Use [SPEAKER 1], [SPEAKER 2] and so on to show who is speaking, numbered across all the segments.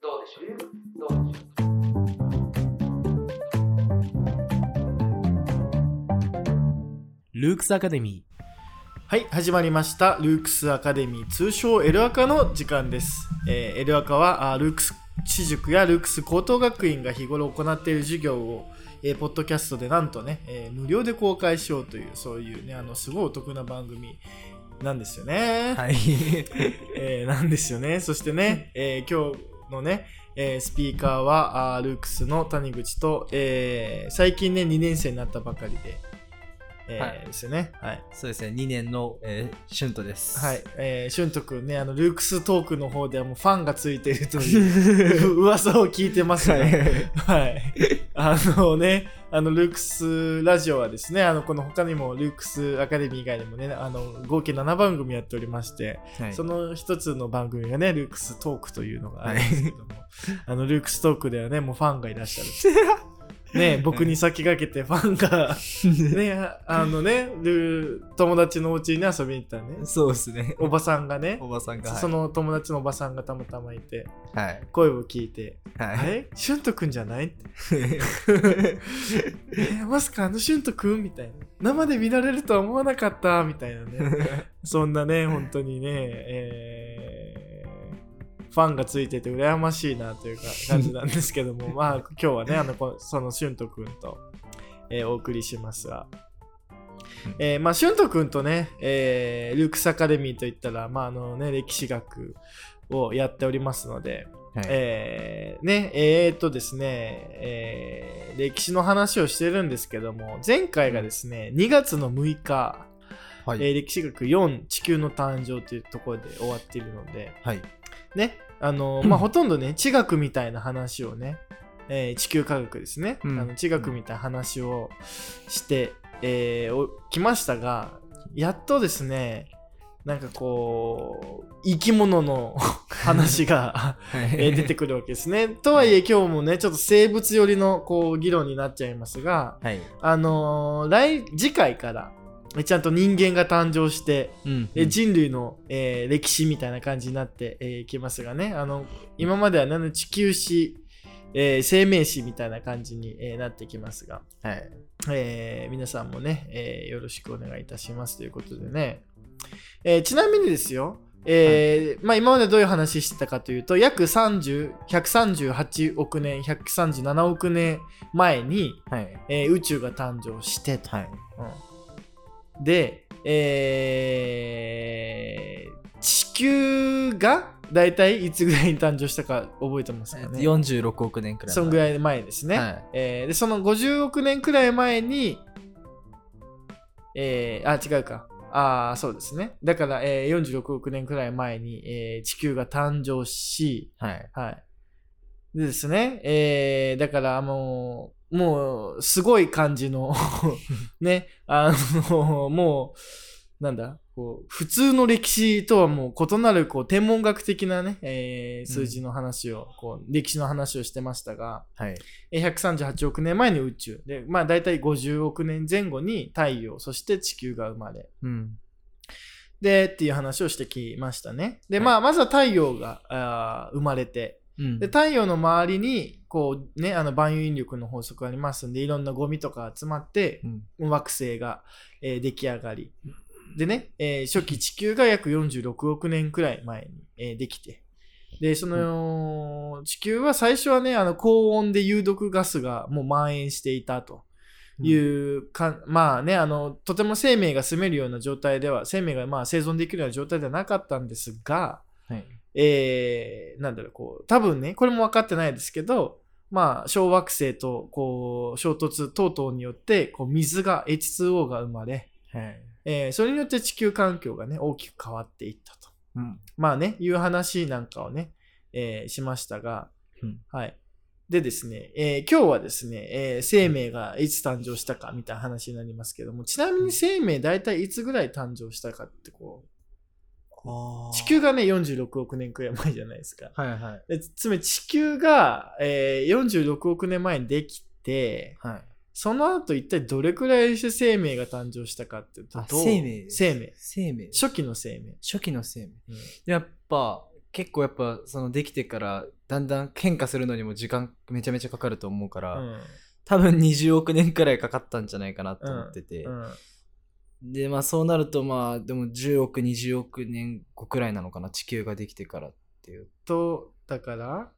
[SPEAKER 1] どうでしょうどうでしょう
[SPEAKER 2] ルークスアカデミ
[SPEAKER 3] はい、始まりました。ルークスアカデミー、通称エルアカの時間です。えーエルアカは、あールークス私塾やルークス高等学院が日頃行っている授業を、えーポッドキャストでなんとね、えー無料で公開しようという、そういうね、あの、すごいお得な番組なんですよね。
[SPEAKER 2] ー。はい。
[SPEAKER 3] えーなんですよね。そしてね、えー今日のね、えースピーカーは、あールークスの谷口と、えー最近ね、2年生になったばかりで、えー
[SPEAKER 2] はい
[SPEAKER 3] ですよね。はい。
[SPEAKER 2] そうですね、2年の、えー、シュントです。
[SPEAKER 3] はい、えー、俊斗くんね、あの、ルークストークの方ではもうファンがついてる という噂を聞いてます
[SPEAKER 2] は
[SPEAKER 3] ね。
[SPEAKER 2] い。
[SPEAKER 3] はい。あのね、あの、ルークスラジオはですね、あの、この他にも、ルークスアカデミー以外にもね、あの、合計7番組やっておりまして、
[SPEAKER 2] はい
[SPEAKER 3] その一つの番組がね、ルークストークというのがあるんですけども、 あの、ルークストークではね、もうファンがいらっしゃる。 ね、僕に先駆けてファンが、ね、ああのね、ルー友達のお家に遊びに行ったらね、
[SPEAKER 2] そうですね。
[SPEAKER 3] おばさんがね、
[SPEAKER 2] おばさんが。
[SPEAKER 3] その友達のおばさんがたまたまいて、
[SPEAKER 2] はい。
[SPEAKER 3] 声を聞いて、
[SPEAKER 2] はい。
[SPEAKER 3] あれシュントくんじゃないって。えーまさかあのシュントくんみたいな。生で見られるとは思わなかったみたいなね。そんなね、本当にね、えーファンがついてて羨ましいなというか感じなんですけ ども、まあ今日はね、あのこそのシュントくんと、えーお送りしますが。えーまあ、俊斗くんとね、えールークスアカデミーといったら、まああのね、歴史学をやっておりますので、
[SPEAKER 2] はい
[SPEAKER 3] えーね、えーっとですね、えー歴史の話をしてるんですけども、前回がですね、2月の6日、
[SPEAKER 2] は
[SPEAKER 3] えー歴史学4、地球の誕生というところで終わっているので、
[SPEAKER 2] はい。
[SPEAKER 3] ね、あの、まあ、ほとんどね、地学みたいな話をね、えー地球科学ですね、
[SPEAKER 2] うん
[SPEAKER 3] あの地学みたいな話をしてき、えーお来ましたが、やっとですね、なんかこう、生き物の話が、えー出て
[SPEAKER 2] く
[SPEAKER 3] くるわけですね。とはいえ今日もね、ちょっと生物寄りのこう議論になっちゃいますが、
[SPEAKER 2] はい。
[SPEAKER 3] あのー来、次回から、えちゃんと人間が誕生して、
[SPEAKER 2] うん
[SPEAKER 3] え人類の、えー歴史みたいな感じになってえーい、きますがねあの今までは、ね、地球史、えー生命史みたいな感じに、えーなってきますが、
[SPEAKER 2] はい。
[SPEAKER 3] えー皆さんもね、えーよろしくお願いいたしますということでね、えーちなみにですよえーまあ、今までどういう話してたかというと約30 138億年137億年前に、
[SPEAKER 2] はい。
[SPEAKER 3] えー宇宙が誕生してと、
[SPEAKER 2] はい。
[SPEAKER 3] うんで、えー地球が大体いつぐらいに誕生したか覚えてますかね
[SPEAKER 2] 46億年くらい前。
[SPEAKER 3] そんぐ
[SPEAKER 2] ら
[SPEAKER 3] らい前ですね、
[SPEAKER 2] はい。
[SPEAKER 3] えーでその50億年くらい前に、えーあ違うかあーそうですねだから、えー46億年くらい前に、えー地球が誕生し、
[SPEAKER 2] はい。
[SPEAKER 3] はい。でですね、えー、だからもう、もう、すごい感 じの、ね、あの、もう、なんだ、こう、普通の歴史とはもう異なる、こう、天文学的なね、えー数字の話を、こう、歴史の話をしてましたが、
[SPEAKER 2] はい。
[SPEAKER 3] えー138億年前に宇宙、で、まあ、大体50億年前後に太陽、そして地球が生まれ、
[SPEAKER 2] うん。
[SPEAKER 3] で、っていう話をしてきましたね。で、
[SPEAKER 2] はい
[SPEAKER 3] まあ、まずは太陽が、あー生まれて、
[SPEAKER 2] うん
[SPEAKER 3] で太陽の周りにこうねあの万有引力の法則がありますんでいろんなゴミとか集まって
[SPEAKER 2] うん
[SPEAKER 3] 惑星が、えー出来上がりでね、えー初期地球が約46億年くらい前に、えーできてでその、地球は最初はねあの高温で有毒ガスがもう蔓延していたと。いうか、まあね、あの、とても生命が住めるような状態では、生命がまあ生存できるような状態ではなかったんですが、
[SPEAKER 2] はい。
[SPEAKER 3] えーなんだろう、こう、多分ね、これも分かってないですけど、まあ、小惑星と、こう、衝突等々によって、こう、水が、H2O が生まれ、
[SPEAKER 2] はい。
[SPEAKER 3] えーそれによって地球環境がね、大きく変わっていったと。
[SPEAKER 2] うん。
[SPEAKER 3] まあね、いう話なんかをね、えーしましたが、
[SPEAKER 2] うん
[SPEAKER 3] はい。でですね、えー今日はですね、えー生命がいつ誕生したかみたいな話になりますけども、ちなみに生命大体いつぐらい誕生したかって、こう、地球がね、46億年くらい前じゃないですか。
[SPEAKER 2] はいはい。
[SPEAKER 3] でつつまり地球が、えー46億年前にできて
[SPEAKER 2] はい。
[SPEAKER 3] その後一体どれくらいして生命が誕生したかっていうと
[SPEAKER 2] あ
[SPEAKER 3] どう
[SPEAKER 2] 生命
[SPEAKER 3] 生命
[SPEAKER 2] 生命。
[SPEAKER 3] 初期の生命
[SPEAKER 2] 初期の生命。
[SPEAKER 3] うん
[SPEAKER 2] やっぱ結構やっぱそのできてからだんだん変化するのにも時間めちゃめちゃかかると思うから、
[SPEAKER 3] うん
[SPEAKER 2] 多分20億年くらいかかったんじゃないかなと思ってて、
[SPEAKER 3] うん
[SPEAKER 2] でまあそうなるとまあでも10億20億年後くらいなのかな地球ができてからっていう
[SPEAKER 3] とだから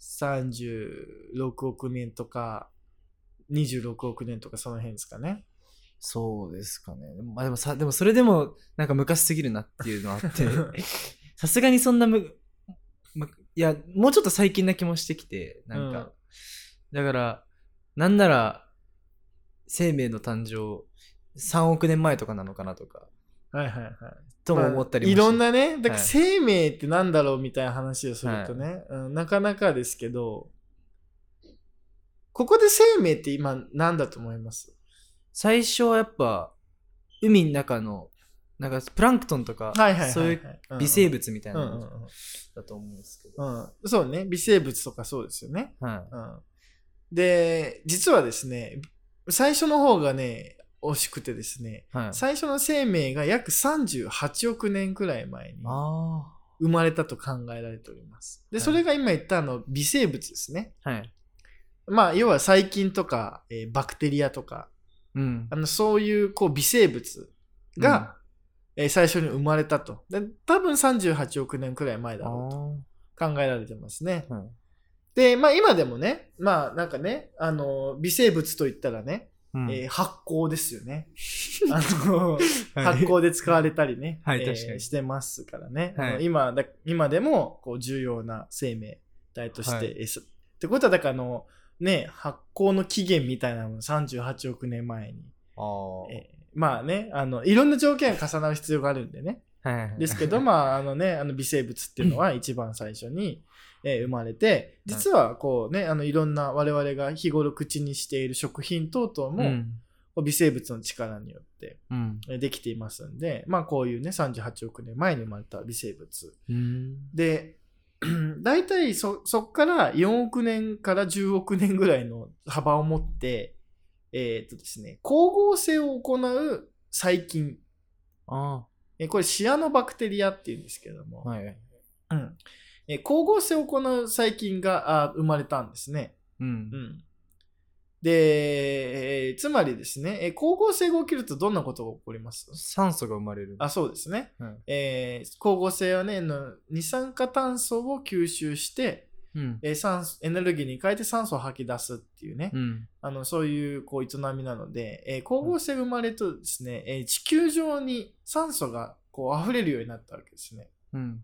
[SPEAKER 3] 36億年とか26億年とかその辺ですかね
[SPEAKER 2] そうですかねでもまあでもさでもそれでもなんか昔すぎるなっていうのはあって さすがにそんなむ、むいやもうちょっと最近な気もしてきてなんか、だからなんなら生命の誕生3億年前とかなのかなとか
[SPEAKER 3] はいはいはい
[SPEAKER 2] とも思ったり
[SPEAKER 3] ま
[SPEAKER 2] もして
[SPEAKER 3] あいろんなねだから
[SPEAKER 2] はい
[SPEAKER 3] 生命ってなんだろうみたいな話をするとね、うんなかなかですけどここで生命って今何だと思います
[SPEAKER 2] 最初はやっぱ海の中のなんかプランクトンとか
[SPEAKER 3] はいはいはい、はい、
[SPEAKER 2] そういう微生
[SPEAKER 3] 物
[SPEAKER 2] 物みたい
[SPEAKER 3] うん
[SPEAKER 2] な
[SPEAKER 3] うん
[SPEAKER 2] のだと思うんですけど、
[SPEAKER 3] うん、うん、そうね微生物とかそうですよね
[SPEAKER 2] はい、
[SPEAKER 3] うんで実はですね最初の方がね惜しくてですね
[SPEAKER 2] はい、
[SPEAKER 3] 最初の生命が約38億年くらい前に
[SPEAKER 2] あ
[SPEAKER 3] 生まれたと考えられておりますで
[SPEAKER 2] はい
[SPEAKER 3] それが今言ったあの微生物ですね
[SPEAKER 2] あはい
[SPEAKER 3] まあ要は細菌とか、えーバクテリアとか
[SPEAKER 2] うん
[SPEAKER 3] あのそういうこう微生物が、えー最初に生まれたとで多分38億年くらい前だ
[SPEAKER 2] あ
[SPEAKER 3] ろうと考えられてますね
[SPEAKER 2] ーはい
[SPEAKER 3] でまあ今でもねまあなんかねあの微生物といったらね
[SPEAKER 2] うん
[SPEAKER 3] えー発酵ですよ ね。あの
[SPEAKER 2] はい
[SPEAKER 3] 発酵で使われたりね、
[SPEAKER 2] はい
[SPEAKER 3] えー
[SPEAKER 2] 確かに
[SPEAKER 3] してますからね。
[SPEAKER 2] はい
[SPEAKER 3] あの今だ今でもこう重要な生命体として、
[SPEAKER 2] はい
[SPEAKER 3] えーすってことはだからあの、ね、発酵の起源みたいなもの38億年前に、
[SPEAKER 2] あー
[SPEAKER 3] えーまあねあのいろんな条件が重なる必要があるんでね
[SPEAKER 2] はいはいはい
[SPEAKER 3] で すけど、まあ、あのね、あの微生物っていうのは一番最初に、えー生まれて、実はこうね、あのいろんな我々が日頃口にしている食品等々
[SPEAKER 2] う
[SPEAKER 3] も、
[SPEAKER 2] ん
[SPEAKER 3] こう微生物の力によって
[SPEAKER 2] うん
[SPEAKER 3] えーできていますんで、まあこういうね、38億年前に生まれた微生物。
[SPEAKER 2] うん
[SPEAKER 3] で、 大体そ、そっから4億年から10億年ぐらいの幅を持って、えーっとですね、光合成を行う細菌。
[SPEAKER 2] あ
[SPEAKER 3] えーこれシアノバクテリアっていうんですけども、
[SPEAKER 2] ーはい
[SPEAKER 3] うんえー光合成を行う細菌があー生まれたんですね。
[SPEAKER 2] うん
[SPEAKER 3] うん、で、えーつまりですね、えー光合成が起きるとどんなことが起こります
[SPEAKER 2] 酸素が生まれる
[SPEAKER 3] あそうですね、
[SPEAKER 2] うん
[SPEAKER 3] えー光合成はねの二酸化炭素を吸収して、
[SPEAKER 2] うん
[SPEAKER 3] えー酸素エネルギーに変えて酸素を吐き出すっていうね、
[SPEAKER 2] うん
[SPEAKER 3] あのそういうこう営みなので、えー光合成が生まれるとですね、えー地球上に酸素がこう溢れるようになったわけですね
[SPEAKER 2] うん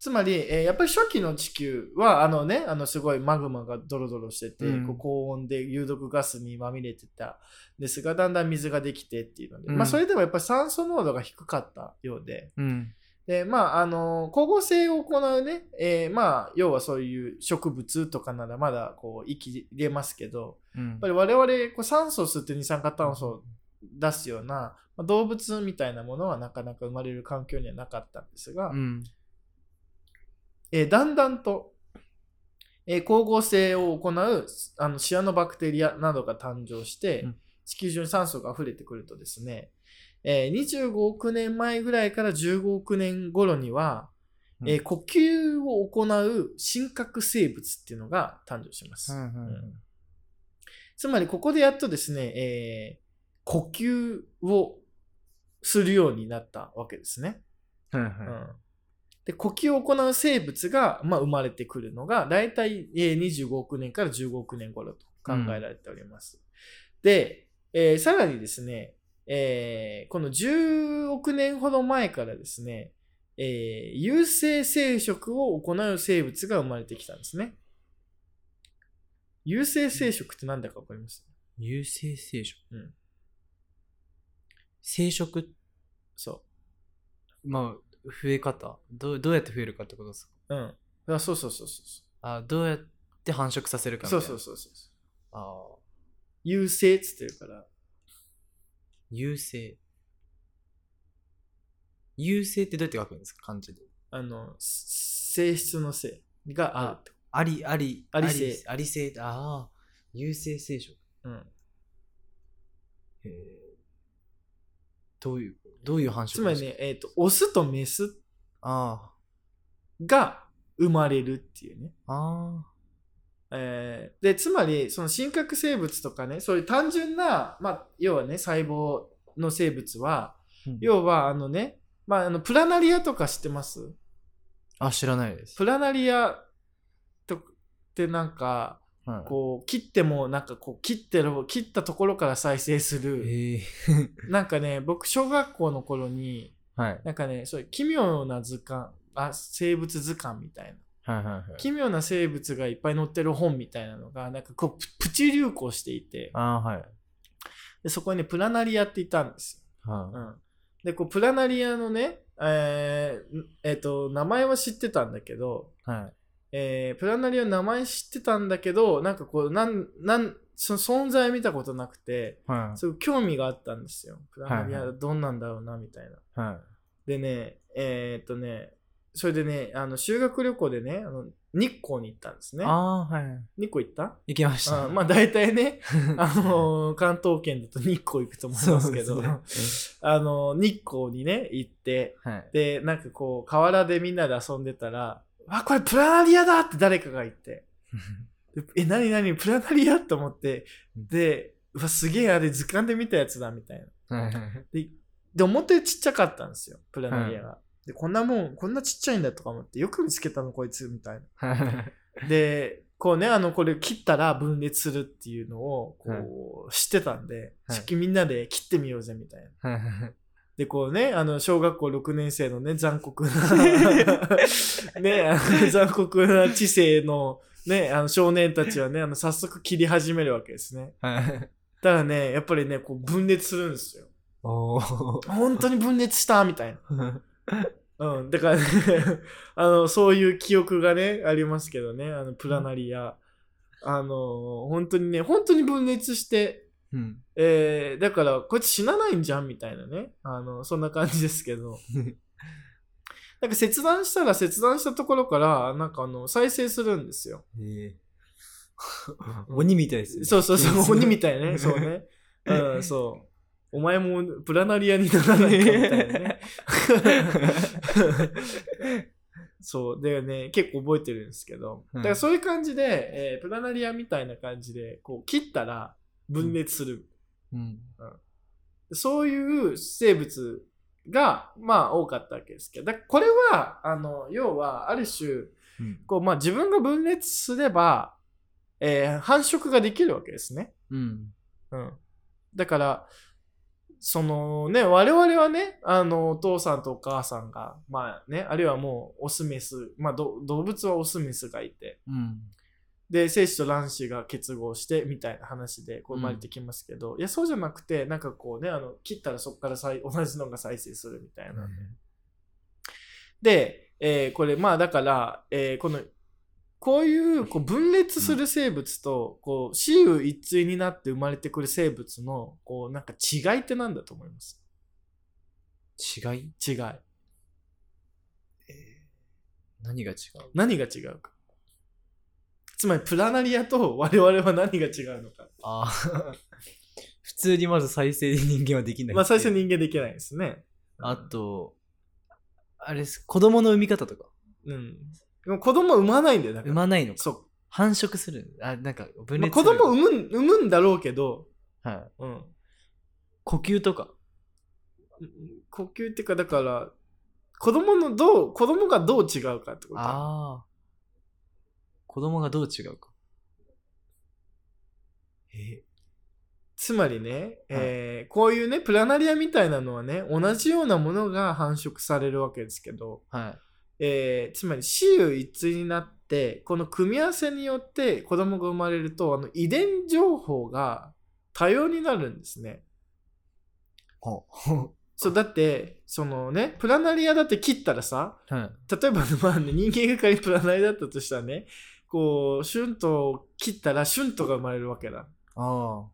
[SPEAKER 3] つまり、えーやっぱり初期の地球はあのねあのすごいマグマがドロドロしてて、
[SPEAKER 2] うん
[SPEAKER 3] こう高温で有毒ガスにまみれてたんですがだんだん水ができてっていうので、
[SPEAKER 2] うん
[SPEAKER 3] まあ、それでもやっぱり酸素濃度が低かったようで
[SPEAKER 2] うん
[SPEAKER 3] で、まあ、あの光合成を行うね、えーまあ、要はそういう植物とかならまだこう生きれますけど
[SPEAKER 2] うん
[SPEAKER 3] やっぱり我々こう酸素を吸って二酸化炭素を出すような、まあ動物みたいなものはなかなか生まれる環境にはなかったんですが。
[SPEAKER 2] うん
[SPEAKER 3] えーだんだんと、えー光合成を行うあのシアノバクテリアなどが誕生して、
[SPEAKER 2] うん
[SPEAKER 3] 地球上に酸素が溢れてくるとですね、えー25億年前ぐらいから15億年頃には、えー
[SPEAKER 2] うん
[SPEAKER 3] 呼吸を行う真核生物っていうのが誕生します。
[SPEAKER 2] うんうん
[SPEAKER 3] うんつまりここでやっとですね、えー呼吸をするようになったわけですね。
[SPEAKER 2] はい
[SPEAKER 3] うん
[SPEAKER 2] は
[SPEAKER 3] で呼吸を行う生物が、まあ、生まれてくるのが大体えー25億年から15億年頃と考えられております。で、えーさらにですね、えーこの10億年ほど前からですね、えー有性生殖を行う生物が生まれてきたんですね。有性生殖って何だか分かります
[SPEAKER 2] い有性生殖
[SPEAKER 3] うん
[SPEAKER 2] 生殖
[SPEAKER 3] そ
[SPEAKER 2] まあ増え方どうどうやって増えるかってことですか
[SPEAKER 3] う。うん。あそうそうそうそうそ
[SPEAKER 2] あどうやって繁殖させるか
[SPEAKER 3] う。
[SPEAKER 2] み
[SPEAKER 3] そ
[SPEAKER 2] たいうな
[SPEAKER 3] そう
[SPEAKER 2] う
[SPEAKER 3] そうそうそう。
[SPEAKER 2] あー
[SPEAKER 3] 有性っつってるから、
[SPEAKER 2] 優勢優勢ってどうやって書くんですか漢字で
[SPEAKER 3] あの、す性質の性があるってこ
[SPEAKER 2] ありあり
[SPEAKER 3] あり性
[SPEAKER 2] あり性ああ優勢聖書
[SPEAKER 3] と。うん。
[SPEAKER 2] へーどういうどういう繁殖
[SPEAKER 3] つま
[SPEAKER 2] で
[SPEAKER 3] り
[SPEAKER 2] す
[SPEAKER 3] ね
[SPEAKER 2] か、
[SPEAKER 3] えっ、と、オスとメス
[SPEAKER 2] あ
[SPEAKER 3] が生まれるっていうね。
[SPEAKER 2] あ
[SPEAKER 3] えーでつまりその真核生物とかねそういう単純な、まあ、要はね細胞の生物は
[SPEAKER 2] ーうん
[SPEAKER 3] 要はあのね、まあ、あのプラナリアとか知ってます
[SPEAKER 2] あ、知らないです。
[SPEAKER 3] プラナリアとってなんか
[SPEAKER 2] はい
[SPEAKER 3] こう切ってもなんかこう切ってる切ったところから再生する
[SPEAKER 2] ええ
[SPEAKER 3] なんかね僕小学校の頃に
[SPEAKER 2] はい。
[SPEAKER 3] なんかねそういう奇妙な図鑑あ生物図鑑みたいな
[SPEAKER 2] はいはいはい。
[SPEAKER 3] 奇妙な生物がいっぱい載ってる本みたいなのがなんかこうププチ流行していて
[SPEAKER 2] ああ、はい。
[SPEAKER 3] でそこにねプラナリアっていたんですよ、う
[SPEAKER 2] は
[SPEAKER 3] ん、でこうプラナリアのねえーんえーと名前は知ってたんだけど、
[SPEAKER 2] い。はい。
[SPEAKER 3] えープラナリアの名前知ってたんだけどなんかこうなんなんその存在見たことなくて
[SPEAKER 2] は
[SPEAKER 3] すごい興味があったんですよプラナリ
[SPEAKER 2] はい
[SPEAKER 3] ア
[SPEAKER 2] は。
[SPEAKER 3] どんなんだろうなみたいない
[SPEAKER 2] はい。
[SPEAKER 3] でねえっとねそれでねあの修学旅行でねあの日光に行ったんですね
[SPEAKER 2] ああ、はい。
[SPEAKER 3] 日光行った
[SPEAKER 2] 行きました。
[SPEAKER 3] あまあ大 体ね、あのー関東圏だと日光行くと思いますけど、 あのー日光にね、行って、
[SPEAKER 2] はい。
[SPEAKER 3] で、なんかこう、河原でみんなで遊んでたら、あ、これプラナリアだって誰かが言って、でえ、なになにプラナリアと思って、で、うわ、すげえ、あれ図鑑で見たやつだ、みたいな。
[SPEAKER 2] はい。
[SPEAKER 3] で、思ったよりちっちゃかったんですよ、プラナリアが。で、こんなもん、こんなちっちゃいんだとか思って、よく見つけたの、こいつ、みたいな。
[SPEAKER 2] はい。
[SPEAKER 3] で、こうね、あの、これ切ったら分裂するっていうのを、こう、知ってたんで、
[SPEAKER 2] はい
[SPEAKER 3] さっきみんなで切ってみようぜ、みたいな。
[SPEAKER 2] はい。
[SPEAKER 3] で、こうね、あの、小学校6年生のね、残 酷な、ね、あの残酷な知性の、ね、あの、少年たちはね、あの、早速切り始めるわけですね。
[SPEAKER 2] はい。
[SPEAKER 3] ただね、やっぱりね、こう、分裂するんですよ。
[SPEAKER 2] おお。
[SPEAKER 3] 本当に分裂した、みたいな。うん、だから ねあの、そういう記憶がね、ありますけどね、あの、プラナリア。あの、本当にね、本当に分裂して、
[SPEAKER 2] うん。
[SPEAKER 3] えーだから、こいつ死なないんじゃんみたいなね、あの、そんな感じですけど。なんか切断したら切断したところから、なんかあの、再生するんですよ。
[SPEAKER 2] ええ。鬼みたいですね。
[SPEAKER 3] そうそうそう、鬼み
[SPEAKER 2] た
[SPEAKER 3] たいね、そうね。うん、そう。お前もプラナリアにならないかみたいなね。そう。でね、結構覚えてるんですけど、
[SPEAKER 2] うん
[SPEAKER 3] だからそういう感じで、えープラナリアみたいな感じで、こう、切ったら分裂する。
[SPEAKER 2] うん。
[SPEAKER 3] そういう生物が、まあ、多かったわけですけど、だからこれは、あの、要は、ある種、
[SPEAKER 2] うん。
[SPEAKER 3] こう、まあ、自分が分裂すれば、えー繁殖ができるわけですね。
[SPEAKER 2] うん。
[SPEAKER 3] うん。だから、そのね、我々はね、あの、お父さんとお母さんが、まあね、あるいはもう、オスメス、まあ、ど動物はオスメスがいて、
[SPEAKER 2] うん。
[SPEAKER 3] で、精子と卵子が結合して、みたいな話で、こう、生まれてきますけど、いや、そうじゃなくて、なんかこうね、あの、切ったらそこから再同じのが再生するみたいな。で、えーこれまあだから、えーこのこういうこう分裂する生物とこう雌雄一対になって生まれてくる生物のこうなんか違いってなんだと思います
[SPEAKER 2] 違い
[SPEAKER 3] 違い
[SPEAKER 2] 何が違う
[SPEAKER 3] 何が違うかつまりプラナリアと我々は何が違うのか
[SPEAKER 2] ああ。 普通にまず再生で人間はできない。
[SPEAKER 3] まあ最初。人間できないですね
[SPEAKER 2] あと、あれです。子供の産み方とか。
[SPEAKER 3] うんでも子供産まないんだよだか
[SPEAKER 2] 産
[SPEAKER 3] ら
[SPEAKER 2] まないのか。
[SPEAKER 3] そ
[SPEAKER 2] 繁殖する。あ、なんか
[SPEAKER 3] う、
[SPEAKER 2] 分
[SPEAKER 3] まあ
[SPEAKER 2] 裂
[SPEAKER 3] 子
[SPEAKER 2] する。
[SPEAKER 3] 供産む産むんだろうけど、
[SPEAKER 2] はい。
[SPEAKER 3] うん、
[SPEAKER 2] 呼吸とか。
[SPEAKER 3] 呼吸っていうかだから子供のどう子供がどう違うかってこと
[SPEAKER 2] ああ。子供がどう違うか。え
[SPEAKER 3] つまりね、えーこういうねプラナリアみたいなのはね同じようなものが繁殖されるわけですけど、
[SPEAKER 2] はい。
[SPEAKER 3] えーつまり雌雄一対になってこの組み合わせによって子供が生まれるとあの遺伝情報が多様になるんですね。
[SPEAKER 2] ほ
[SPEAKER 3] そうだってそのねプラナリアだって切ったらさ
[SPEAKER 2] う。はい。
[SPEAKER 3] 例えば、まあね、人間が仮にプラナリアだったとしたらねこう春闘を切ったら春闘が生まれるわけだ。
[SPEAKER 2] ああ。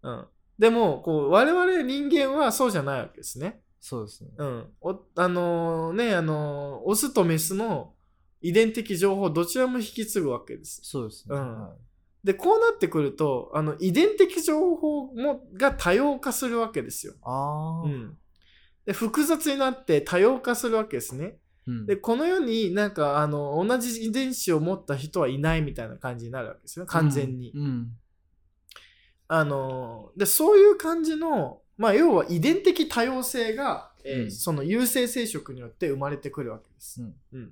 [SPEAKER 3] うん、でもこう我々人間はそうじゃないわけですね。
[SPEAKER 2] そうですね。
[SPEAKER 3] うん、おあのねあのオスとメスの遺伝的情報どちらも引き継ぐわけです。
[SPEAKER 2] そうですね。
[SPEAKER 3] うん
[SPEAKER 2] はい
[SPEAKER 3] でこうなってくるとあの遺伝的情報もが多様化するわけですよ。
[SPEAKER 2] ああ。
[SPEAKER 3] うん、で複雑になって多様化するわけですね。
[SPEAKER 2] うん
[SPEAKER 3] でこの世になんかあの同じ遺伝子を持った人はいないみたいな感じになるわけですよ完全に、
[SPEAKER 2] うん
[SPEAKER 3] あのでそういう感じの、まあ、要は遺伝的多様性が、えー
[SPEAKER 2] うん
[SPEAKER 3] その有性生殖によって生まれてくるわけです、
[SPEAKER 2] うん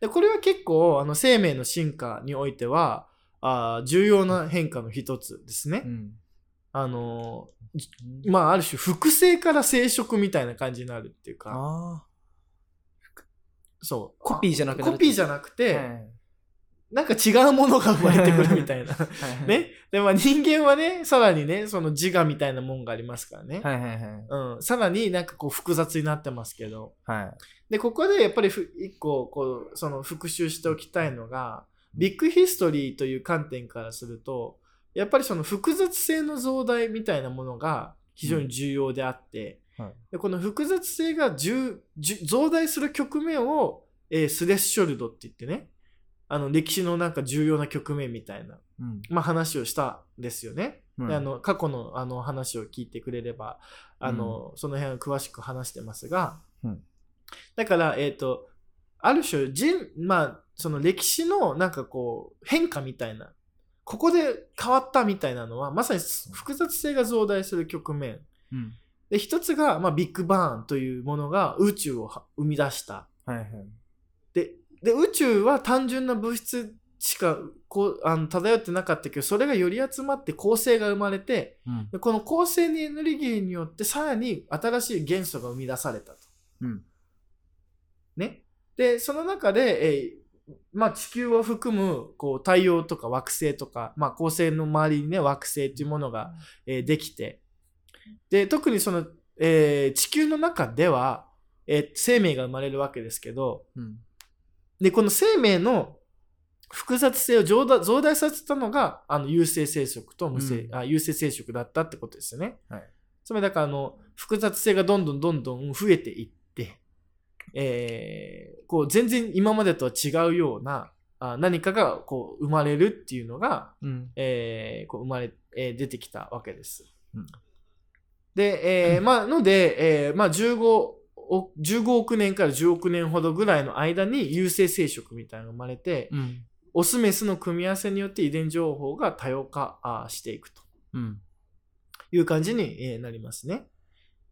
[SPEAKER 3] でこれは結構あの生命の進化においてはあー重要な変化の一つですね、
[SPEAKER 2] うん
[SPEAKER 3] あのまあある種複製から生殖みたいな感じになるっていうか
[SPEAKER 2] あ
[SPEAKER 3] そう
[SPEAKER 2] コピーじゃなくなる
[SPEAKER 3] コピーじゃなく
[SPEAKER 2] ー
[SPEAKER 3] て、
[SPEAKER 2] はい
[SPEAKER 3] なんか違うものが生まれてくるみたいな。
[SPEAKER 2] はい
[SPEAKER 3] ね。で、まあ人間はね、さらにね、その自我みたいなもんがありますからね。
[SPEAKER 2] はいはいはい
[SPEAKER 3] うん。さらになんかこう複雑になってますけど。
[SPEAKER 2] はい
[SPEAKER 3] で、ここでやっぱりふ一個、こう、その復習しておきたいのが、ビッグヒストリーという観点からすると、やっぱりその複雑性の増大みたいなものが非常に重要であって、
[SPEAKER 2] うんはい
[SPEAKER 3] でこの複雑性が重重増大する局面を、えースレッショルドって言ってね、あの歴史のなんか重要な局面みたいな
[SPEAKER 2] うん
[SPEAKER 3] まあ、話をしたんですよね。
[SPEAKER 2] うん
[SPEAKER 3] であの過去のあの話を聞いてくれればあの、その辺は詳しく話してますが、
[SPEAKER 2] うん
[SPEAKER 3] だから、えー、とある種人、まあ、その歴史のなんかこう変化みたいなここで変わったみたいなのはまさに複雑性が増大する局面
[SPEAKER 2] うん
[SPEAKER 3] で一つが、まあ、ビッグバーンというものが宇宙をは生み出した
[SPEAKER 2] はいはい
[SPEAKER 3] でで宇宙は単純な物質しかこうあの漂ってなかったけどそれがより集まって恒星が生まれて
[SPEAKER 2] うん
[SPEAKER 3] でこの恒星にエネルギーによってさらに新しい元素が生み出されたと。
[SPEAKER 2] うん
[SPEAKER 3] ね、でその中で、えーまあ、地球を含むこう太陽とか惑星とか、まあ、恒星の周りにね惑星というものが、えーできてで特にその、えー地球の中では、えー生命が生まれるわけですけど、
[SPEAKER 2] うん
[SPEAKER 3] で、この生命の複雑性を増大増大させたのが、あの、有性生殖と無性、
[SPEAKER 2] うん
[SPEAKER 3] あ有性生殖だったってことですよね。
[SPEAKER 2] はい
[SPEAKER 3] つまり、だから、あの、複雑性がどんどんどんどん増えていって、えーこう、全然今までとは違うような、あ何かが、こう、生まれるっていうのが、
[SPEAKER 2] うん
[SPEAKER 3] えーこう生まれ、えー出てきたわけです。
[SPEAKER 2] うん
[SPEAKER 3] で、 えーまあ、ので、えーまあ、15億、15億年から10億年ほどぐらいの間に有性生殖みたいなのが生まれて、
[SPEAKER 2] うん
[SPEAKER 3] オスメスの組み合わせによって遺伝情報が多様化あーしていくと
[SPEAKER 2] うん
[SPEAKER 3] いう感じにえーなりますね。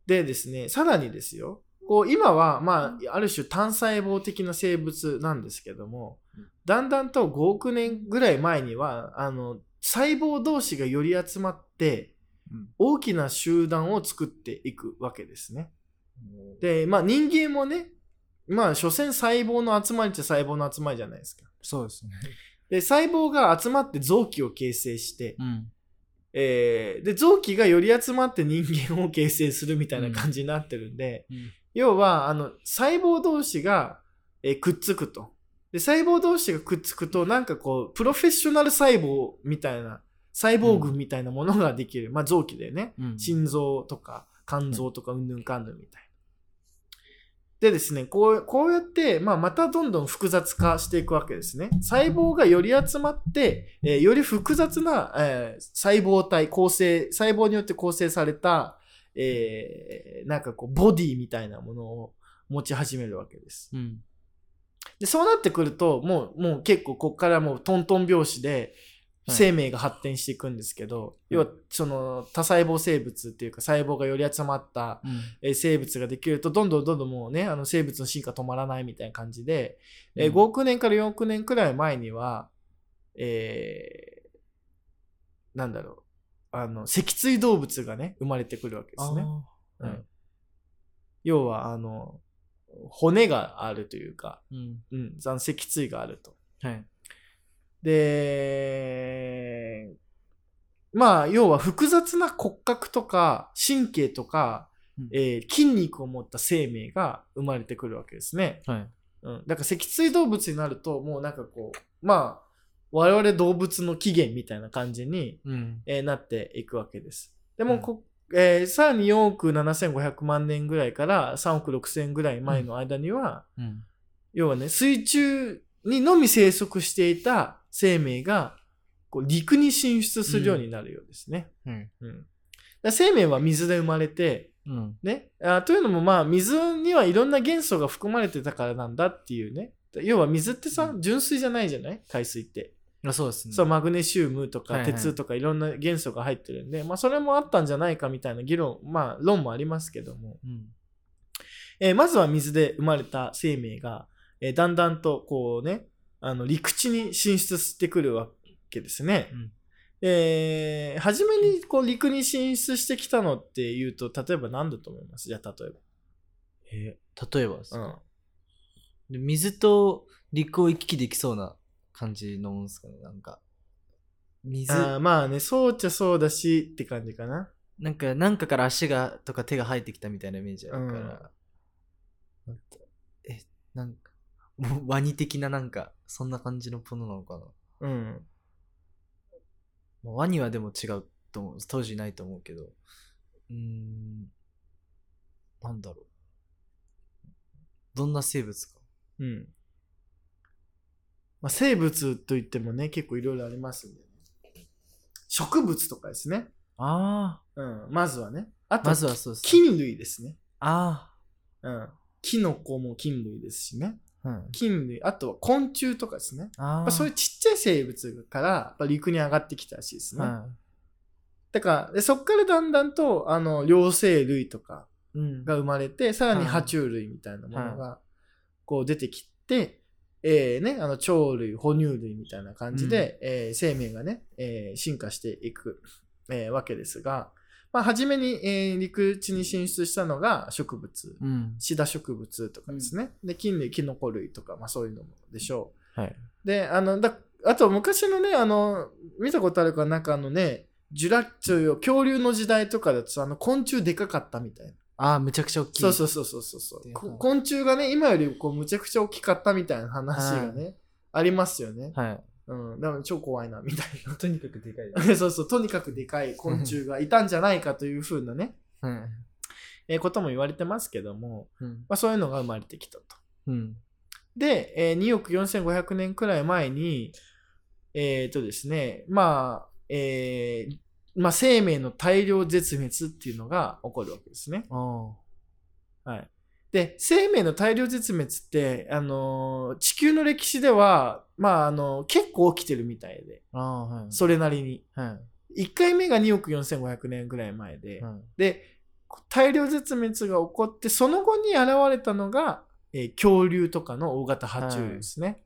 [SPEAKER 3] でですね、さらにですよ、こう今は、まあ、ある種単細胞的な生物なんですけども
[SPEAKER 2] うん、
[SPEAKER 3] だんだんと5億年ぐらい前には、あの細胞同士がより集まって
[SPEAKER 2] うん、
[SPEAKER 3] 大きな集団を作っていくわけですね。で、まあ人間もね、まあ所詮細胞の集まりっちゃ細胞の集まりじゃないですか。
[SPEAKER 2] そうですね
[SPEAKER 3] で、細胞が集まって臓器を形成して、
[SPEAKER 2] うん
[SPEAKER 3] えーで臓器がより集まって人間を形成するみたいな感じになってるんで、
[SPEAKER 2] うん
[SPEAKER 3] 要はあの細胞同士が、えーくっつくとで細胞同士がくっつくとなんかこうプロフェッショナル細胞みたいな細胞群みたいなものができる、まあ臓器でね
[SPEAKER 2] うん
[SPEAKER 3] 心臓とか肝臓とかうんぬんかんぬんみたいな。でですね、こうこうやって、まあ、またどんどん複雑化していくわけですね。細胞がより集まって、えーより複雑な、えー細胞体、構成、細胞によって構成された、えーなんかこう、ボディみたいなものを持ち始めるわけです。
[SPEAKER 2] うん
[SPEAKER 3] で、そうなってくると、もう、もう結構こっからもうトントン拍子で
[SPEAKER 2] はい
[SPEAKER 3] 生命が発展していくんですけど、要はその多細胞生物っていうか細胞がより集まった
[SPEAKER 2] うん
[SPEAKER 3] えー生物ができると、どんどんどんどんもうね、あの生物の進化止まらないみたいな感じで、えー
[SPEAKER 2] うん
[SPEAKER 3] 5億年から4億年くらい前には、えーなんだろう、あの、脊椎動物がね、生まれてくるわけですね。
[SPEAKER 2] あー
[SPEAKER 3] うん要は、あの、骨があるというか、
[SPEAKER 2] うん
[SPEAKER 3] うん、残脊椎があると。
[SPEAKER 2] はい
[SPEAKER 3] で、まあ、要は複雑な骨格とか神経とか、
[SPEAKER 2] うん
[SPEAKER 3] えー筋肉を持った生命が生まれてくるわけですね。
[SPEAKER 2] はい
[SPEAKER 3] うん。だから脊椎動物になると、もうなんかこう、まあ、我々動物の起源みたいな感じに、
[SPEAKER 2] うん
[SPEAKER 3] えーなっていくわけです。でも
[SPEAKER 2] うん
[SPEAKER 3] こ、えーさらに4億7500万年ぐらいから3億6000ぐらい前の間には、
[SPEAKER 2] うん
[SPEAKER 3] 要はね、水中にのみ生息していた生命が、こう、陸に進出するようになるようですね。
[SPEAKER 2] うん
[SPEAKER 3] うん。だから生命は水で生まれて、
[SPEAKER 2] うん。
[SPEAKER 3] ね、あというのもまあ水にはいろんな元素が含まれてたからなんだっていうね要は水ってさ純水じゃないじゃない海水って、
[SPEAKER 2] あそうですね。
[SPEAKER 3] そうマグネシウムと
[SPEAKER 2] はい
[SPEAKER 3] か
[SPEAKER 2] はい
[SPEAKER 3] 鉄とかいろんな元素が入ってるんで、まあ、それもあったんじゃないかみたいな議論まあ論もありますけども、
[SPEAKER 2] うん。
[SPEAKER 3] えーまずは水で生まれた生命が、えーだんだんとこうねあの陸地に進出してくるわけですね。
[SPEAKER 2] うん
[SPEAKER 3] えー初めにこう陸に進出してきたのっていうと例えば何だと思いますじゃあ例
[SPEAKER 2] え
[SPEAKER 3] え
[SPEAKER 2] ー、例えばです
[SPEAKER 3] ば。うん
[SPEAKER 2] で水と陸を行き来できそうな感じのもんですかね。なんか。水、
[SPEAKER 3] あーまあねそうっちゃそうだしって感じかな
[SPEAKER 2] なんか、なんかから足が、とか手が生えてきたみたいなイメージあるから。なんかえ、なんか、もうワニ的ななんか、そんな感じのものなのかな。
[SPEAKER 3] うん
[SPEAKER 2] まあワニはでも違うと思う。当時いないと思うけど。うーん。なんだろう。どんな生物か。
[SPEAKER 3] うん、まあ、生物といってもね結構いろいろありますんで、ね、植物とかですね、
[SPEAKER 2] あ
[SPEAKER 3] うん、まずはねあと、
[SPEAKER 2] まずはそうですね。
[SPEAKER 3] 菌類ですね、
[SPEAKER 2] あ
[SPEAKER 3] うん、キノコも菌類ですしね
[SPEAKER 2] あ。うん。
[SPEAKER 3] 菌類あとは昆虫とかですね
[SPEAKER 2] あ
[SPEAKER 3] まあ、そういうちっちゃい生物からやっぱ陸に上がってきたらしいですね、だからでそっからだんだんとあの両生類とか
[SPEAKER 2] うん。
[SPEAKER 3] が生まれてさらに
[SPEAKER 2] はい
[SPEAKER 3] 爬虫類みたいなものがこう出てきて、えーね、あの鳥類哺乳類みたいな感じで、えー生命がね、えー進化していく、えーわけですが、まあ、初めに、えー陸地に進出したのが植物
[SPEAKER 2] うん。
[SPEAKER 3] シダ植物とかですね、で菌類キノコ類とか、まあ、そういうのもでしょう、
[SPEAKER 2] はい
[SPEAKER 3] であのだあと昔のねあの見たことあるかなんかあのねジュラッチョよ恐竜の時代とかだとさあの昆虫でかかったみたいな
[SPEAKER 2] ああ、むちゃくちゃ大きい。
[SPEAKER 3] そうそうそうそうそうそう
[SPEAKER 2] で
[SPEAKER 3] こ
[SPEAKER 2] はい
[SPEAKER 3] 昆虫がね今よりこうむちゃくちゃ大きかったみたいな話がね、ありますよね、
[SPEAKER 2] はい。
[SPEAKER 3] うん、だから超怖いなみたい
[SPEAKER 2] とにかくでかい。
[SPEAKER 3] なそうそうとにかくでかい昆虫がいたんじゃないかというふうなね、
[SPEAKER 2] うん。
[SPEAKER 3] えーことも言われてますけども、
[SPEAKER 2] うん。
[SPEAKER 3] まあ、そういうのが生まれてきたと
[SPEAKER 2] うん。
[SPEAKER 3] で、えー2億4500年くらい前にえっ、とですねまあえーまあ、生命の大量絶滅っていうのが起こるわけですね。
[SPEAKER 2] あ
[SPEAKER 3] はい、で生命の大量絶滅って、あのー地球の歴史では、まああの結構起きてるみたいで
[SPEAKER 2] あ。ああ、はい。
[SPEAKER 3] それなりに
[SPEAKER 2] は
[SPEAKER 3] 1回目が2億4500年ぐらい前で、
[SPEAKER 2] い。はい。
[SPEAKER 3] で大量絶滅が起こってその後に現れたのが、えー恐竜とかの大型爬虫類ですね。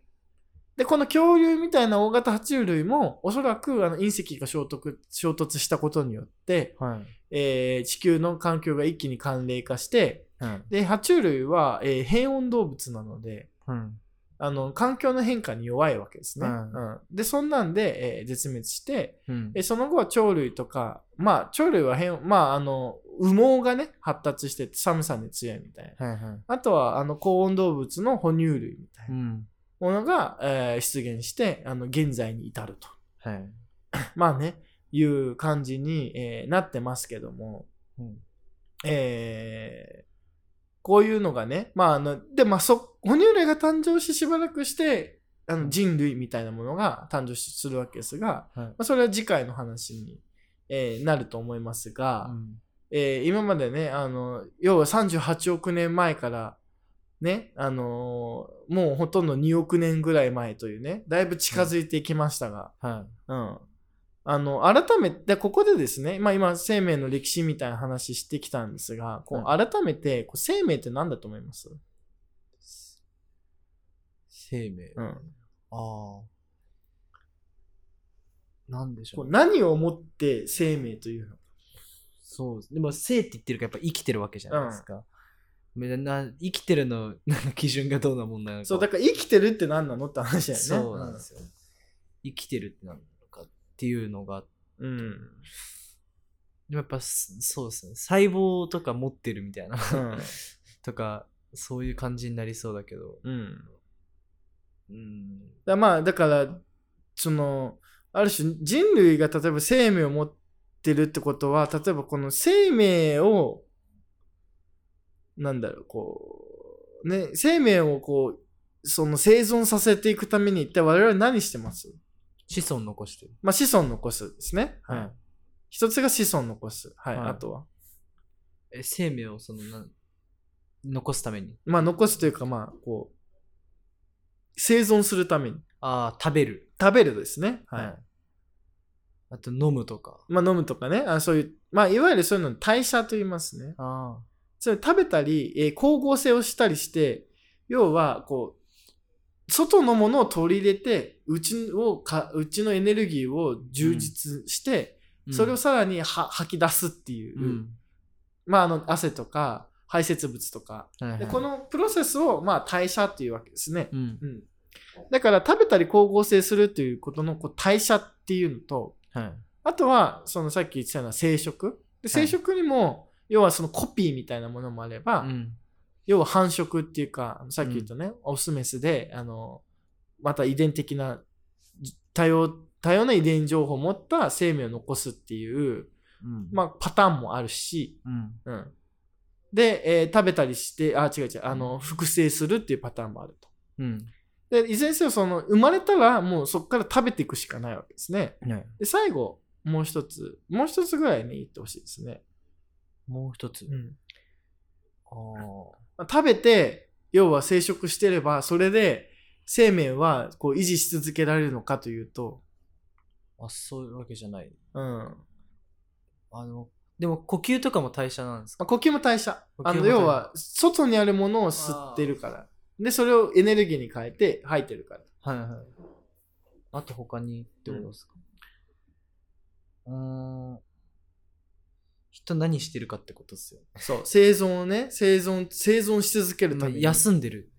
[SPEAKER 3] でこの恐竜みたいな大型爬虫類もおそらくあの隕石が衝突衝突したことによって、
[SPEAKER 2] はい。
[SPEAKER 3] えー地球の環境が一気に寒冷化して
[SPEAKER 2] はい。
[SPEAKER 3] で爬虫類は、えー変温動物なので
[SPEAKER 2] うん。
[SPEAKER 3] あの環境の変化に弱いわけですね。
[SPEAKER 2] うん
[SPEAKER 3] うんでそんなんで、えー絶滅して
[SPEAKER 2] うん
[SPEAKER 3] えその後は鳥類とかまあ鳥類は変、まあ、あの羽毛がね発達して寒さに強いみたいな。
[SPEAKER 2] はいはい。。
[SPEAKER 3] あとはあの高温動物の哺乳類みたいうなんものが、えー出現してあの現在に至ると
[SPEAKER 2] はい。
[SPEAKER 3] まあねいう感じに、えーなってますけども、
[SPEAKER 2] うん
[SPEAKER 3] えーこういうのがね、まあ、あので、まあ、そ哺乳類が誕生してしばらくしてあの人類みたいなものが誕生するわけですが、
[SPEAKER 2] はい
[SPEAKER 3] まあ、それは次回の話に、えーなると思いますが、
[SPEAKER 2] うん
[SPEAKER 3] えー今までねあの要は38億年前からねあのーもうほとんど2億年ぐらい前というねだいぶ近づいてきましたが、
[SPEAKER 2] は
[SPEAKER 3] うん、あの改めてここでですね、まあ、今生命の歴史みたいな話してきたんですがこう
[SPEAKER 2] は
[SPEAKER 3] 改めてこう生命って何だと思います、
[SPEAKER 2] い。生命。
[SPEAKER 3] うん、
[SPEAKER 2] ああ。なんでしょ
[SPEAKER 3] こ
[SPEAKER 2] う
[SPEAKER 3] う
[SPEAKER 2] ね。
[SPEAKER 3] 何をもって生命というの
[SPEAKER 2] そうです。でも生って言ってるからやっぱ生きてるわけじゃないですか。めな生きてるのなんか基準がどうなもんなのか。
[SPEAKER 3] そうだから生きてるって何なのって話だよね。
[SPEAKER 2] そうなんですよ。生きてるってなのかっていうのが、
[SPEAKER 3] うん
[SPEAKER 2] でもやっぱすそうですね。細胞とか持ってるみたいな、
[SPEAKER 3] うん
[SPEAKER 2] とか、そういう感じになりそうだけど。
[SPEAKER 3] うん
[SPEAKER 2] うん。
[SPEAKER 3] だまあだからそのある種人類が例えば生命を持ってるってことは例えばこの生命をなんだろうこうね生命をこうその生存させていくために一体我々何してます
[SPEAKER 2] 子孫残してる。
[SPEAKER 3] まあ子孫残すですね。
[SPEAKER 2] はい。
[SPEAKER 3] 一つが子孫残す。はい。
[SPEAKER 2] はい
[SPEAKER 3] あとは
[SPEAKER 2] え生命をそのなん残すために
[SPEAKER 3] まあ残すというかまあこう生存するために
[SPEAKER 2] ああ食べる
[SPEAKER 3] 食べるですねはい、
[SPEAKER 2] はいあと飲むとか
[SPEAKER 3] まあ飲むとかねあそういうまあいわゆるそういうの代謝と言いますね
[SPEAKER 2] あ
[SPEAKER 3] それ食べたり、えー光合成をしたりして要はこう外のものを取り入れてうちをかうちのエネルギーを充実して、それをさらには吐き出すっていう、
[SPEAKER 2] うん、
[SPEAKER 3] まあ、あの汗とか排泄物とか
[SPEAKER 2] はいはい
[SPEAKER 3] でこのプロセスを、まあ、代謝っていうわけですね、
[SPEAKER 2] うん
[SPEAKER 3] うん、だから食べたり光合成するということのこう代謝っていうのと
[SPEAKER 2] はい
[SPEAKER 3] あとはそのさっき言ってたような生殖で
[SPEAKER 2] は
[SPEAKER 3] 生
[SPEAKER 2] い
[SPEAKER 3] 殖にも、要はそのコピーみたいなものもあれば、
[SPEAKER 2] うん
[SPEAKER 3] 要は繁殖っていうかさっき言ったね、オスメスであのまた遺伝的なじ多様多様な遺伝情報を持った生命を残すっていう、
[SPEAKER 2] うん
[SPEAKER 3] まあ、パターンもあるし、
[SPEAKER 2] うん
[SPEAKER 3] うん、で、えー食べたりしてあ違う違うあの複製するっていうパターンもあると。
[SPEAKER 2] うん
[SPEAKER 3] でいずれにせよその生まれたらもうそこから食べていくしかないわけですね。
[SPEAKER 2] はい
[SPEAKER 3] で最後もう一つもう一つぐらいね言ってほしいですね。
[SPEAKER 2] もう一つ
[SPEAKER 3] うん
[SPEAKER 2] あー
[SPEAKER 3] まあ食べて要は生殖してればそれで生命はこう維持し続けられるのかというと、
[SPEAKER 2] あそういうわけじゃない
[SPEAKER 3] うんま
[SPEAKER 2] あのでも呼吸とかも代謝なんですか
[SPEAKER 3] あ、呼吸も代謝
[SPEAKER 2] 呼吸も
[SPEAKER 3] あ
[SPEAKER 2] 代謝
[SPEAKER 3] の要は外にあるものを吸ってるからでそれをエネルギーに変えて吐いてるから
[SPEAKER 2] はいはい。あと他にってことですか、うーん。人何してるかってことですよ。
[SPEAKER 3] そう生存をね生存生存し続けるた
[SPEAKER 2] まあ
[SPEAKER 3] めに、
[SPEAKER 2] 休んでる。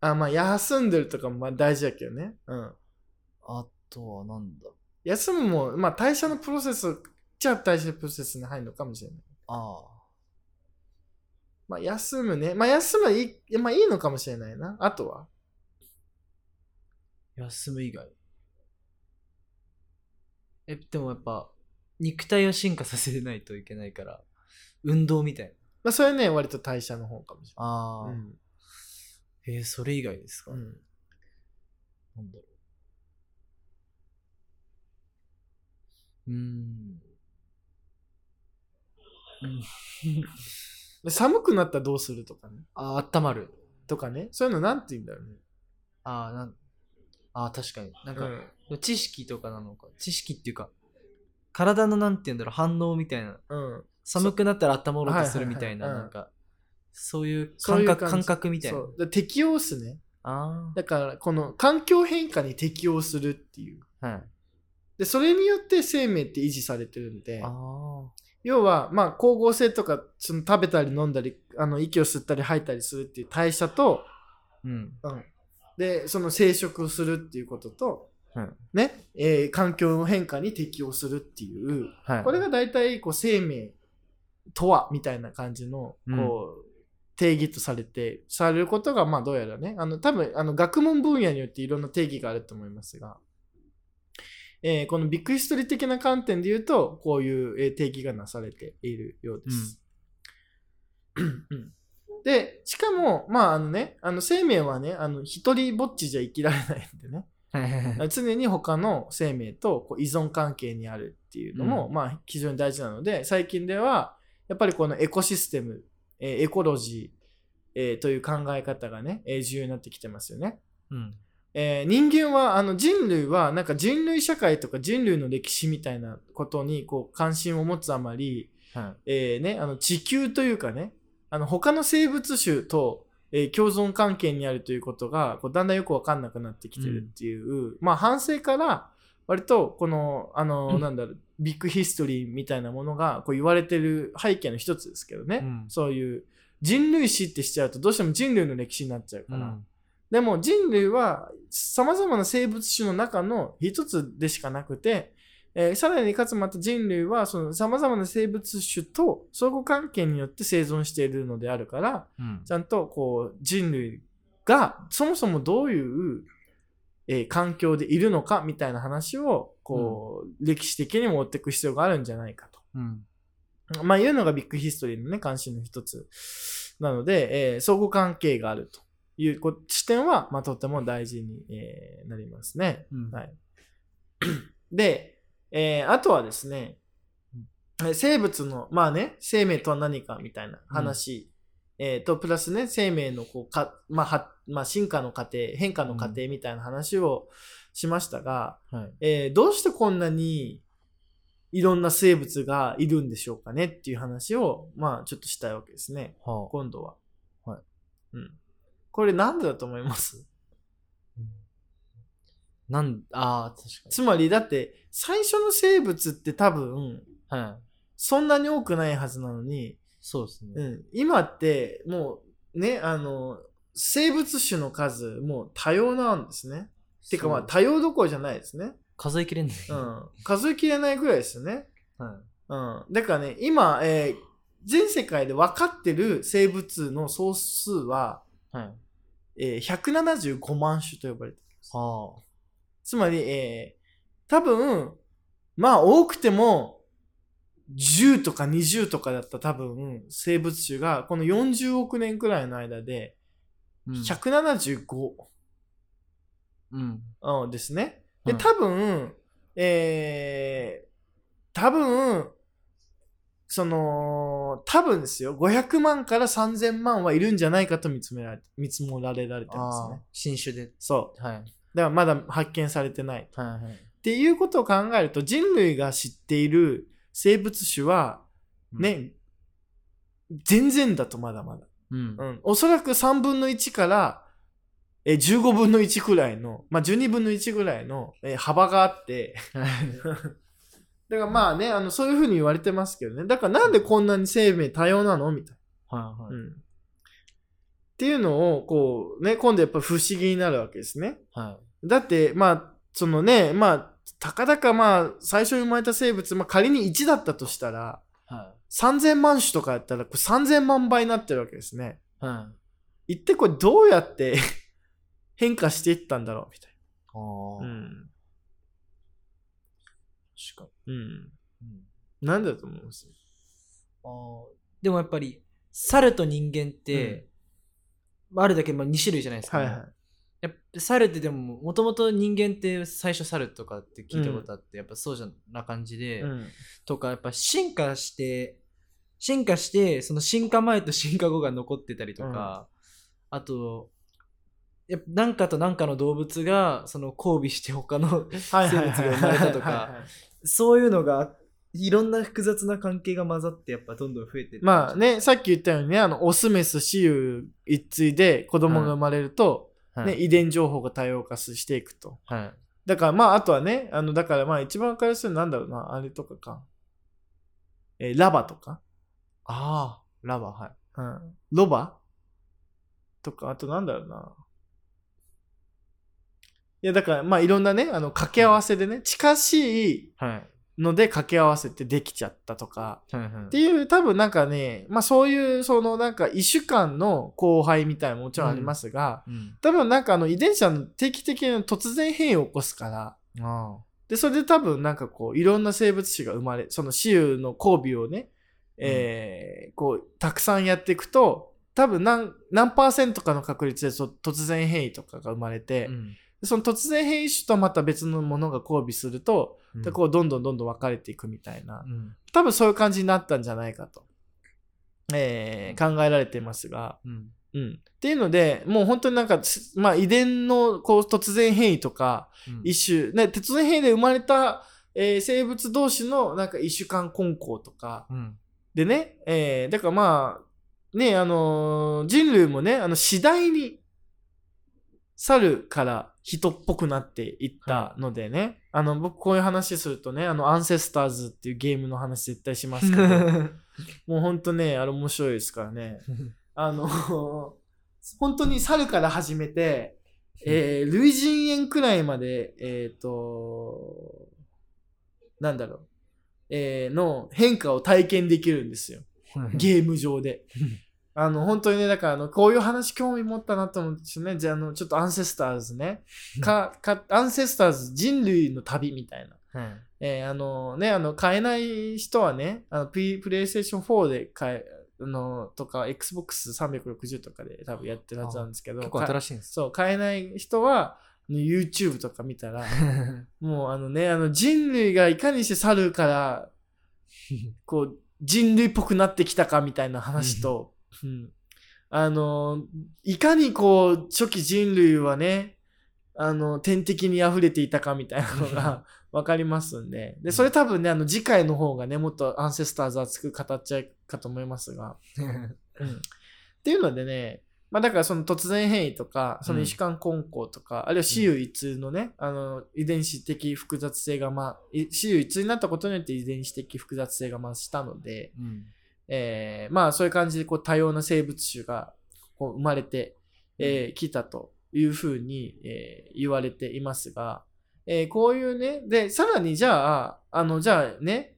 [SPEAKER 3] あまあ休んでるとかもまあ大事だけどね、うん、
[SPEAKER 2] あとはなんだ
[SPEAKER 3] 休むも、まあ、代謝のプロセスじゃあ代謝のプロセスに入るのかもしれない
[SPEAKER 2] あ
[SPEAKER 3] まあ休むねまあ休むはいい,、まあ、いいのかもしれないなあとは
[SPEAKER 2] あ。休む以外。え、でもやっぱ、肉体を進化させないといけないから、運動みたい
[SPEAKER 3] まあ、それね、割と代謝の方かもし
[SPEAKER 2] な。あ
[SPEAKER 3] れない。
[SPEAKER 2] えーそれ以外ですか、
[SPEAKER 3] うんうん
[SPEAKER 2] なんだろう。うーん。うん。
[SPEAKER 3] で寒くなったらどうするとかね。
[SPEAKER 2] あー、温まる。
[SPEAKER 3] とかね。そういうのなんて言うんだろうね。
[SPEAKER 2] あーなんあー、確かに。なんか、知識とかなのか。知識っていうか、体のなんて言うんだろう、反応みたいな。
[SPEAKER 3] うん。うん。
[SPEAKER 2] 寒くなったら温もろ
[SPEAKER 3] は
[SPEAKER 2] く
[SPEAKER 3] いはいはい
[SPEAKER 2] するみたいな、
[SPEAKER 3] うん
[SPEAKER 2] なんか、そういう
[SPEAKER 3] そうい
[SPEAKER 2] 感
[SPEAKER 3] う
[SPEAKER 2] 覚、
[SPEAKER 3] 感じ
[SPEAKER 2] 感覚みたいな
[SPEAKER 3] そ。う。で適応っすね。
[SPEAKER 2] あ
[SPEAKER 3] だから、この環境変化に適応するっていう。
[SPEAKER 2] あ。はい。
[SPEAKER 3] で、それによって生命って維持されてるんで
[SPEAKER 2] あ、あ。
[SPEAKER 3] 要は、まあ、光合成とか、その食べたり飲んだり、あの、息を吸ったり吐いたりするっていう代謝と、
[SPEAKER 2] うん。
[SPEAKER 3] で、その生殖をするっていうことと、
[SPEAKER 2] うん
[SPEAKER 3] ね、えー環境の変化に適応するっていう、
[SPEAKER 2] はい。
[SPEAKER 3] これが大体こう生命とはみたいな感じの
[SPEAKER 2] うん
[SPEAKER 3] こう定義とされて、されることがまあどうやらねあの多分あの学問分野によっていろんな定義があると思いますが、えーこのビッグヒストリー的な観点で言うとこういうえー定義がなされているようです。うんでしかも、まああのね、あの生命はね、あの一人ぼっちじゃ生きられないんでね、
[SPEAKER 2] はいはいはい。
[SPEAKER 3] 常に他の生命とこう依存関係にあるっていうのも、
[SPEAKER 2] う
[SPEAKER 3] まあ非常に大事なので最近ではやっぱりこのエコシステム、えーエコロジー、えーという考え方がね、えー重要になってきてますよね。
[SPEAKER 2] うん。
[SPEAKER 3] えー人間はあの人類はなんか人類社会とか人類の歴史みたいなことにこう関心を持つあまり、
[SPEAKER 2] はい。
[SPEAKER 3] えーね、あの地球というかねあの他の生物種と、えー共存関係にあるということがこうだんだんよく分かんなくなってきてるっていう、まあ反省から割とこのあの、
[SPEAKER 2] うん
[SPEAKER 3] なんだろうビッグヒストリーみたいなものがこう言われてる背景の一つですけどね、
[SPEAKER 2] うん
[SPEAKER 3] そういう人類史ってしちゃうとどうしても人類の歴史になっちゃう
[SPEAKER 2] う
[SPEAKER 3] から、
[SPEAKER 2] ん。
[SPEAKER 3] でも人類はさまざまな生物種の中の一つでしかなくて、えーさらにかつまた人類はさまざまな生物種と相互関係によって生存しているのであるから
[SPEAKER 2] うん
[SPEAKER 3] ちゃんとこう人類がそもそもどういう、えー環境でいるのかみたいな話をこう、歴史的にも追っていく必要があるんじゃないかと。
[SPEAKER 2] うん。
[SPEAKER 3] まあ、いうのがビッグヒストリーのね、関心の一つなので、えー相互関係があるというこ視点は、まあ、とても大事に、えーなりますね。
[SPEAKER 2] うん
[SPEAKER 3] はい、で、えーあとはですね、え生物の、まあね、生命とは何かみたいな話、えーと、プラスね、生命のこうか、まあはまあ、進化の過程、変化の過程みたいな話をしましたが、
[SPEAKER 2] はい。
[SPEAKER 3] えーどうしてこんなにいろんな生物がいるんでしょうかねっていう話を、まあ、ちょっとしたいわけですね、
[SPEAKER 2] はあ
[SPEAKER 3] 今度は。
[SPEAKER 2] はい。
[SPEAKER 3] うん。これなんでだと思います
[SPEAKER 2] なん、ああ、確
[SPEAKER 3] つまり、だって、最初の生物って多分、
[SPEAKER 2] かに。はい。
[SPEAKER 3] そんなに多くないはずなのに、
[SPEAKER 2] そうですね。
[SPEAKER 3] うん、今ってもうねあの生物種の数もう多様なんですね。てかまあ
[SPEAKER 2] そう
[SPEAKER 3] 多様どころじゃないですね。
[SPEAKER 2] 数えきれない。
[SPEAKER 3] う
[SPEAKER 2] は
[SPEAKER 3] ん、数えきれないぐらいですよね。
[SPEAKER 2] い。
[SPEAKER 3] うん、だからね今、えー全世界で分かってる生物の総数は、
[SPEAKER 2] はい。
[SPEAKER 3] えー175万種と呼ばれてる。
[SPEAKER 2] は
[SPEAKER 3] つまり、えー多分まあ多くても10とか20とかだった多分生物種がこの40億年くらいの間で
[SPEAKER 2] あ。
[SPEAKER 3] 175、
[SPEAKER 2] うん。
[SPEAKER 3] うん、ですね。で、
[SPEAKER 2] うん
[SPEAKER 3] 多分、えー、多分、その、多分ですよ、500万から3000万はいるんじゃないかと見つめられ見積もられられてます
[SPEAKER 2] あ
[SPEAKER 3] ね
[SPEAKER 2] あ。。新種で。
[SPEAKER 3] そう。
[SPEAKER 2] はい。
[SPEAKER 3] だからまだ発見されてない。
[SPEAKER 2] はいはい。
[SPEAKER 3] っていうことを考えると、人類が知っている生物種は、ね、全然だとまだまだ。
[SPEAKER 2] うん。
[SPEAKER 3] うん、おそらく3分の1からえー15分の1くらいの、まあ、12分の1ぐらいのえー幅があって だからまあねあのそういうふうに言われてますけどねだからなんでこんなに生命多様なのみたい
[SPEAKER 2] はいは
[SPEAKER 3] な、
[SPEAKER 2] い。
[SPEAKER 3] うん、っていうのをこうね今度やっぱ不思議になるわけですね
[SPEAKER 2] は
[SPEAKER 3] だってまあそのねまあたかだかまあ最初に生まれた生物、まあ、仮に1だったとしたら
[SPEAKER 2] い。は
[SPEAKER 3] 3000万種とかやったらこれ3000万倍になってるわけですね、
[SPEAKER 2] い。はい。
[SPEAKER 3] 一体これどうやって 変化していったんだろうみたい
[SPEAKER 2] ああ。
[SPEAKER 3] な。う
[SPEAKER 2] 確
[SPEAKER 3] ん。
[SPEAKER 2] かに。
[SPEAKER 3] うん。
[SPEAKER 2] うん
[SPEAKER 3] なんだと思います
[SPEAKER 2] あーでもやっぱり猿と人間って、まああるだけまあ2種類じゃないですか、
[SPEAKER 3] はいはい。
[SPEAKER 2] やっぱ猿ってでももともと人間って最初猿とかって聞いたことあって、やっぱそうじゃな感じで、
[SPEAKER 3] うん。
[SPEAKER 2] とかやっぱ進化して進化してその進化前と進化後が残ってたりとか、あとやっぱなんかとなんかの動物がその交尾して他 の
[SPEAKER 3] はい
[SPEAKER 2] 生物が生まれたとかそういうのがいろんな複雑な関係が混ざってやっぱどんどん増えてって
[SPEAKER 3] まあね、さっき言ったようにね、あの、オス、メス、雌雄一対で子供が生まれると、
[SPEAKER 2] はい、
[SPEAKER 3] ね、遺伝情報が多様化していくと。
[SPEAKER 2] はい、
[SPEAKER 3] だからまあ、あとはね、あの、だからまあ、一番わかりやすいのはなんだろうな、あれとかか。えーラバとか、
[SPEAKER 2] ああ、ラバー、はい。
[SPEAKER 3] うん、ロバとか、あとなんだろうな。いや、だから、まあ、いろんなね、あの、掛け合わせでね、近しい
[SPEAKER 2] はい。
[SPEAKER 3] ので掛け合わせてできちゃったとか、
[SPEAKER 2] はいはい
[SPEAKER 3] っていう、多分なんかね、まあ、そういう、その、なんか、異種間の後輩みたいなのももちろんありますが、
[SPEAKER 2] うん。
[SPEAKER 3] 多分なんか、あの、遺伝子は定期的に突然変異を起こすから、
[SPEAKER 2] あ
[SPEAKER 3] で、それで多分なんかこう、いろんな生物種が生まれ、その雌雄の交尾をね、えーこう、たくさんやっていくと、多分何、何パーセントかの確率でそ突然変異とかが生まれ
[SPEAKER 2] あ。
[SPEAKER 3] て、
[SPEAKER 2] ん。
[SPEAKER 3] その突然変異種とまた別のものが交尾すると、でこう、どんどんどんどん分かれていくみたいな
[SPEAKER 2] う、ん。
[SPEAKER 3] 多分そういう感じになったんじゃないかと、えー考えられていますが、
[SPEAKER 2] うん。
[SPEAKER 3] うん。っていうので、もう本当になんか、すまあ遺伝のこう突然変異とか、一種、ね、鉄の変異で生まれた、えー生物同士のなんか一種間混交とか、
[SPEAKER 2] うん。
[SPEAKER 3] でね、えーだからまあ、ね、あのー人類もね、あの、次第に、猿から人っぽくなっていったのでね、あの、僕こういう話するとね、あの、アンセスターズっていうゲームの話絶対し ますけど、もうほんとね、あれ面白いですからね。あの、 本当に猿から始めて、えー、類人猿くらいまで、えっ、と、なんだろう、えーの変化を体験できるんですよ。ゲーム上で
[SPEAKER 2] うん。
[SPEAKER 3] あの、本当にね、だから、あの、こういう話興味持ったなと思ってしね、じゃあ、あの、ちょっとアンセスターズね、か、か、アンセスターズ人類の旅みたいな。
[SPEAKER 2] はい。
[SPEAKER 3] えーあのね、あの、買えない人はね、あの、プレイプレイステーション4で買え、あの、とか、Xbox360 とかで多分やってるはずなんですけど、
[SPEAKER 2] 結構
[SPEAKER 3] か
[SPEAKER 2] 新しいん です。
[SPEAKER 3] そう、買えない人は、あの YouTube とか見たら、もうあのね、あの人類がいかにして猿からこう、人類っぽくなってきたかみたいな話と、うんあの、いかにこう、初期人類はね、あの、天敵に溢れていたかみたいなの がわかりますんで。で、それ多分ね、あの、次回の方がね、もっとアンセスターズ熱く語っちゃうかと思いますが。うんっていうのでね、まあだからその突然変異とか、その医師間混交とか、あるいは私有一通のね、あの、遺伝子的複雑性が、まあ、い私有一通になったことによって遺伝子的複雑性が増したので、
[SPEAKER 2] うん
[SPEAKER 3] えーまあそういう感じでこう多様な生物種がこう生まれてき、えー来たというふうに、えー言われていますが、えーこういうね、で、さらにじゃあ、あの、じゃあね、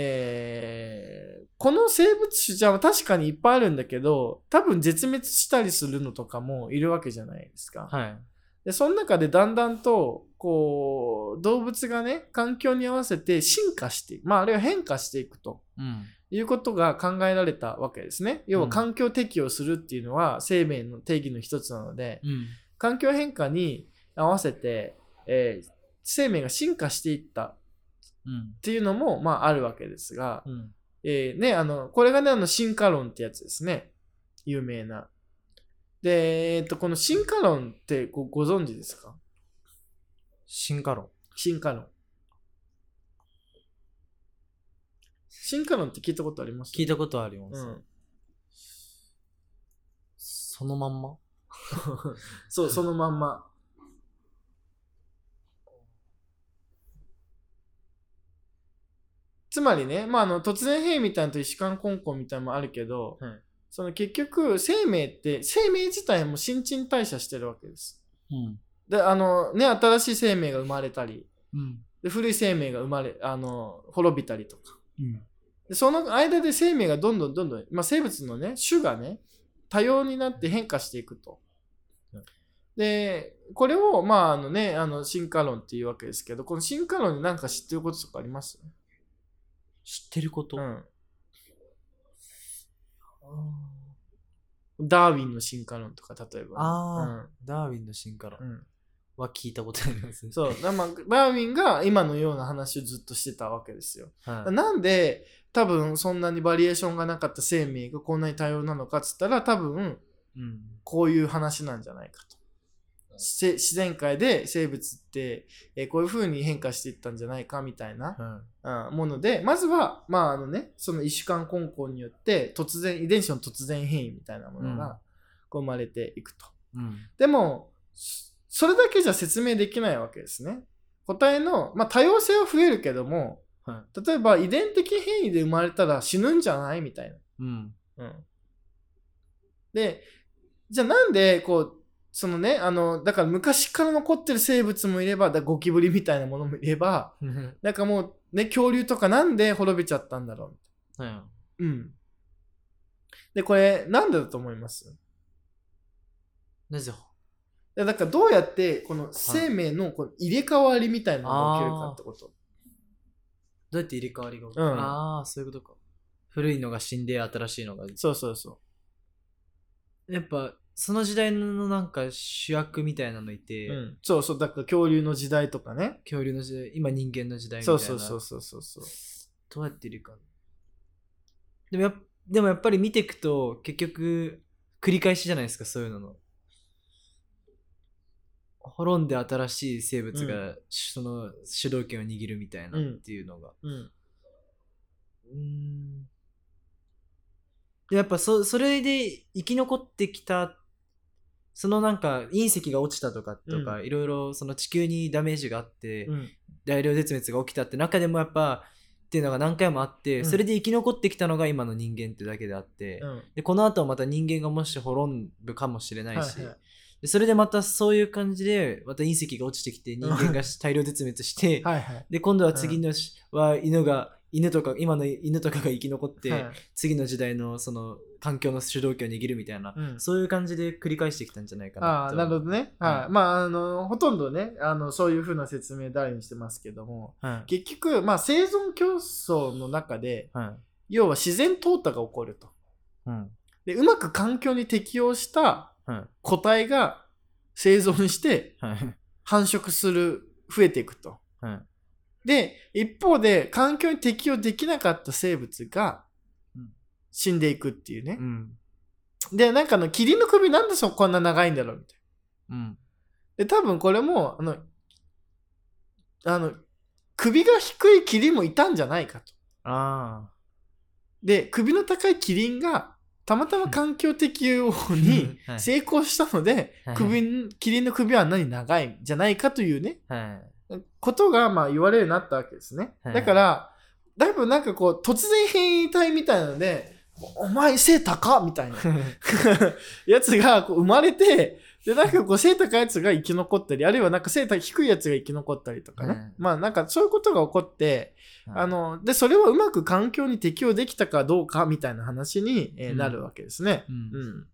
[SPEAKER 3] えーこの生物種じゃあ確かにいっぱいあるんだけど、多分絶滅したりするのとかもいるわけじゃないですか。
[SPEAKER 2] はい。
[SPEAKER 3] で、その中でだんだんと、こう、動物がね、環境に合わせて進化して、まああるいは変化していくと。
[SPEAKER 2] うん。
[SPEAKER 3] いうことが考えられたわけですね。要は環境適応するっていうのは生命の定義の一つなので、
[SPEAKER 2] うん。
[SPEAKER 3] 環境変化に合わせて、えー生命が進化していったっ
[SPEAKER 2] うん。
[SPEAKER 3] ていうのも、まあ、あるわけですが、
[SPEAKER 2] うん。
[SPEAKER 3] えーね、あの、これがね、あの、進化論ってやつですね。有名な。で、えっと、この進化論ってごご存知ですか
[SPEAKER 2] 進化論。
[SPEAKER 3] 進化論。進化論って聞いたことあります
[SPEAKER 2] 聞いたことあります。
[SPEAKER 3] うん。
[SPEAKER 2] そのまんま
[SPEAKER 3] そう、そのまんま。つまりね、まあ、あの突然変異みたいなのと一間混交みたいなのもあるけど、
[SPEAKER 2] はい
[SPEAKER 3] その結局生命って生命自体も新陳代謝してるわけです。
[SPEAKER 2] うん。
[SPEAKER 3] であのね、新しい生命が生まれたり
[SPEAKER 2] うん。
[SPEAKER 3] で古い生命が生まれあの滅びたりとか
[SPEAKER 2] うん。
[SPEAKER 3] でその間で生命がどんどんどんどん、まあ、生物のね種がね多様になって変化していくと
[SPEAKER 2] うん。
[SPEAKER 3] でこれをまああのねあの進化論っていうわけですけどこの進化論で何か知ってることとかあります
[SPEAKER 2] 知ってること、
[SPEAKER 3] ん、ダーウィンの進化論とか例えば。
[SPEAKER 2] あダーウィンの進化論
[SPEAKER 3] うん
[SPEAKER 2] は聞いたことあります
[SPEAKER 3] う
[SPEAKER 2] ね
[SPEAKER 3] ん、。そうだ、まあ、ダーウィンが今のような話をずっとしてたわけですよ。
[SPEAKER 2] はい
[SPEAKER 3] なんで多分そんなにバリエーションがなかった生命がこんなに多様なのかっつったら多分
[SPEAKER 2] うん。
[SPEAKER 3] こういう話なんじゃないかと。せ自然界で生物って、えーこういう風に変化していったんじゃないかみたいな、
[SPEAKER 2] は
[SPEAKER 3] うんものでまずはまああのねその一種間混交によって突然遺伝子の突然変異みたいなもの
[SPEAKER 2] うん
[SPEAKER 3] がこう生まれていくと。
[SPEAKER 2] い。うん。
[SPEAKER 3] でもそそれだけじゃ説明できないわけですね。個体の、まあ、多様性は増えるけども
[SPEAKER 2] は
[SPEAKER 3] 例えば遺伝的変異で生まれたら死ぬんじゃないみたい
[SPEAKER 2] い。うん。
[SPEAKER 3] な。でじゃあなんでこうそのねあのだから昔から残ってる生物もいればだゴキブリみたいなものもいればなんかもうね恐竜とかなんで滅びちゃったんだろ
[SPEAKER 2] はい。
[SPEAKER 3] ううん。でこれなんでだと思います
[SPEAKER 2] なぜ
[SPEAKER 3] でだからどうやってこの生命のこの入れ替わりみたいなのが起きるかってこと。
[SPEAKER 2] どうやって入れ替わりが起き
[SPEAKER 3] うん
[SPEAKER 2] ああ、そういうことか。古いのが死んで新しいのが。
[SPEAKER 3] そうそうそ
[SPEAKER 2] やっぱ、その時代のなんか主役みたいなのいて、
[SPEAKER 3] う。うん、そうそうだから恐竜の時代とかね。
[SPEAKER 2] 恐竜の時代、今人間の時代みたい
[SPEAKER 3] そう
[SPEAKER 2] な。
[SPEAKER 3] そうそうそうそうそう。
[SPEAKER 2] どうやって入れ替わるでもやっでもやっぱり見ていくと、結局、繰り返しじゃないですか、そういうのの。滅んで新しい生物が、その主導権を握るみたいなっていうのが。
[SPEAKER 3] うん
[SPEAKER 2] うーんやっぱそそれで生き残ってきたそのなんか隕石が落ちたとかとか、
[SPEAKER 3] う
[SPEAKER 2] いろいろその地球にダメージがあって、
[SPEAKER 3] うん
[SPEAKER 2] 大量絶滅が起きたって中でもやっぱっていうのが何回もあって、
[SPEAKER 3] うん
[SPEAKER 2] それで生き残ってきたのが今の人間ってだけであって、
[SPEAKER 3] うん
[SPEAKER 2] でこの後また人間がもし滅ぶかもしれないし、
[SPEAKER 3] はいはい
[SPEAKER 2] でそれでまたそういう感じでまた隕石が落ちてきて人間が大量絶滅して、
[SPEAKER 3] はいはい。
[SPEAKER 2] で今度は次のし、は犬が犬とか今の犬とかが生き残って、
[SPEAKER 3] はい
[SPEAKER 2] 次の時代のその環境の主導権を握るみたいな、
[SPEAKER 3] うん
[SPEAKER 2] そういう感じで繰り返してきたんじゃないかな
[SPEAKER 3] ああ、なるほどね。はい。まあ、あの、ほとんどね、あの、そういうふうな説明代にしてますけども、
[SPEAKER 2] ど、はい
[SPEAKER 3] 結局、まあ、生存競争の中で、
[SPEAKER 2] はい
[SPEAKER 3] 要は自然淘汰が起こると。
[SPEAKER 2] うん
[SPEAKER 3] で、うまく環境に適応した
[SPEAKER 2] はい
[SPEAKER 3] 個体が生存して
[SPEAKER 2] はい
[SPEAKER 3] 繁殖する、増えていくと。
[SPEAKER 2] はい
[SPEAKER 3] で、一方で、環境に適応できなかった生物が
[SPEAKER 2] うん、
[SPEAKER 3] 死んでいくっていうね
[SPEAKER 2] う。ん。
[SPEAKER 3] で、なんかあの、キリンの首なんでそこんな長いんだろうみたい
[SPEAKER 2] うん。
[SPEAKER 3] な。で、多分これも、あの、あの、首が低いキリンもいたんじゃないかと。
[SPEAKER 2] あ
[SPEAKER 3] で、首の高いキリンが、たまたま環境適応に
[SPEAKER 2] はい
[SPEAKER 3] 成功したので、
[SPEAKER 2] あ。
[SPEAKER 3] 首ん、キリンの首はあんなに長いんじゃないかというね、
[SPEAKER 2] はい。
[SPEAKER 3] ことがまあ言われるようになったわけですね。
[SPEAKER 2] はい
[SPEAKER 3] だから、だいぶなんかこう、突然変異体みたいなので、おお前背高っみた いなやつがこう生まれて、で、なんかこう背高いやつが生き残ったり、あるいはなんか背高低いやつが生き残ったりとかね。
[SPEAKER 2] はい
[SPEAKER 3] まあなんかそういうことが起こって、あ
[SPEAKER 2] の、
[SPEAKER 3] の、で、それはうまく環境に適応できたかどうかみたいな話に、えー
[SPEAKER 2] うん
[SPEAKER 3] なるわけですね。
[SPEAKER 2] うん
[SPEAKER 3] う。ん。っ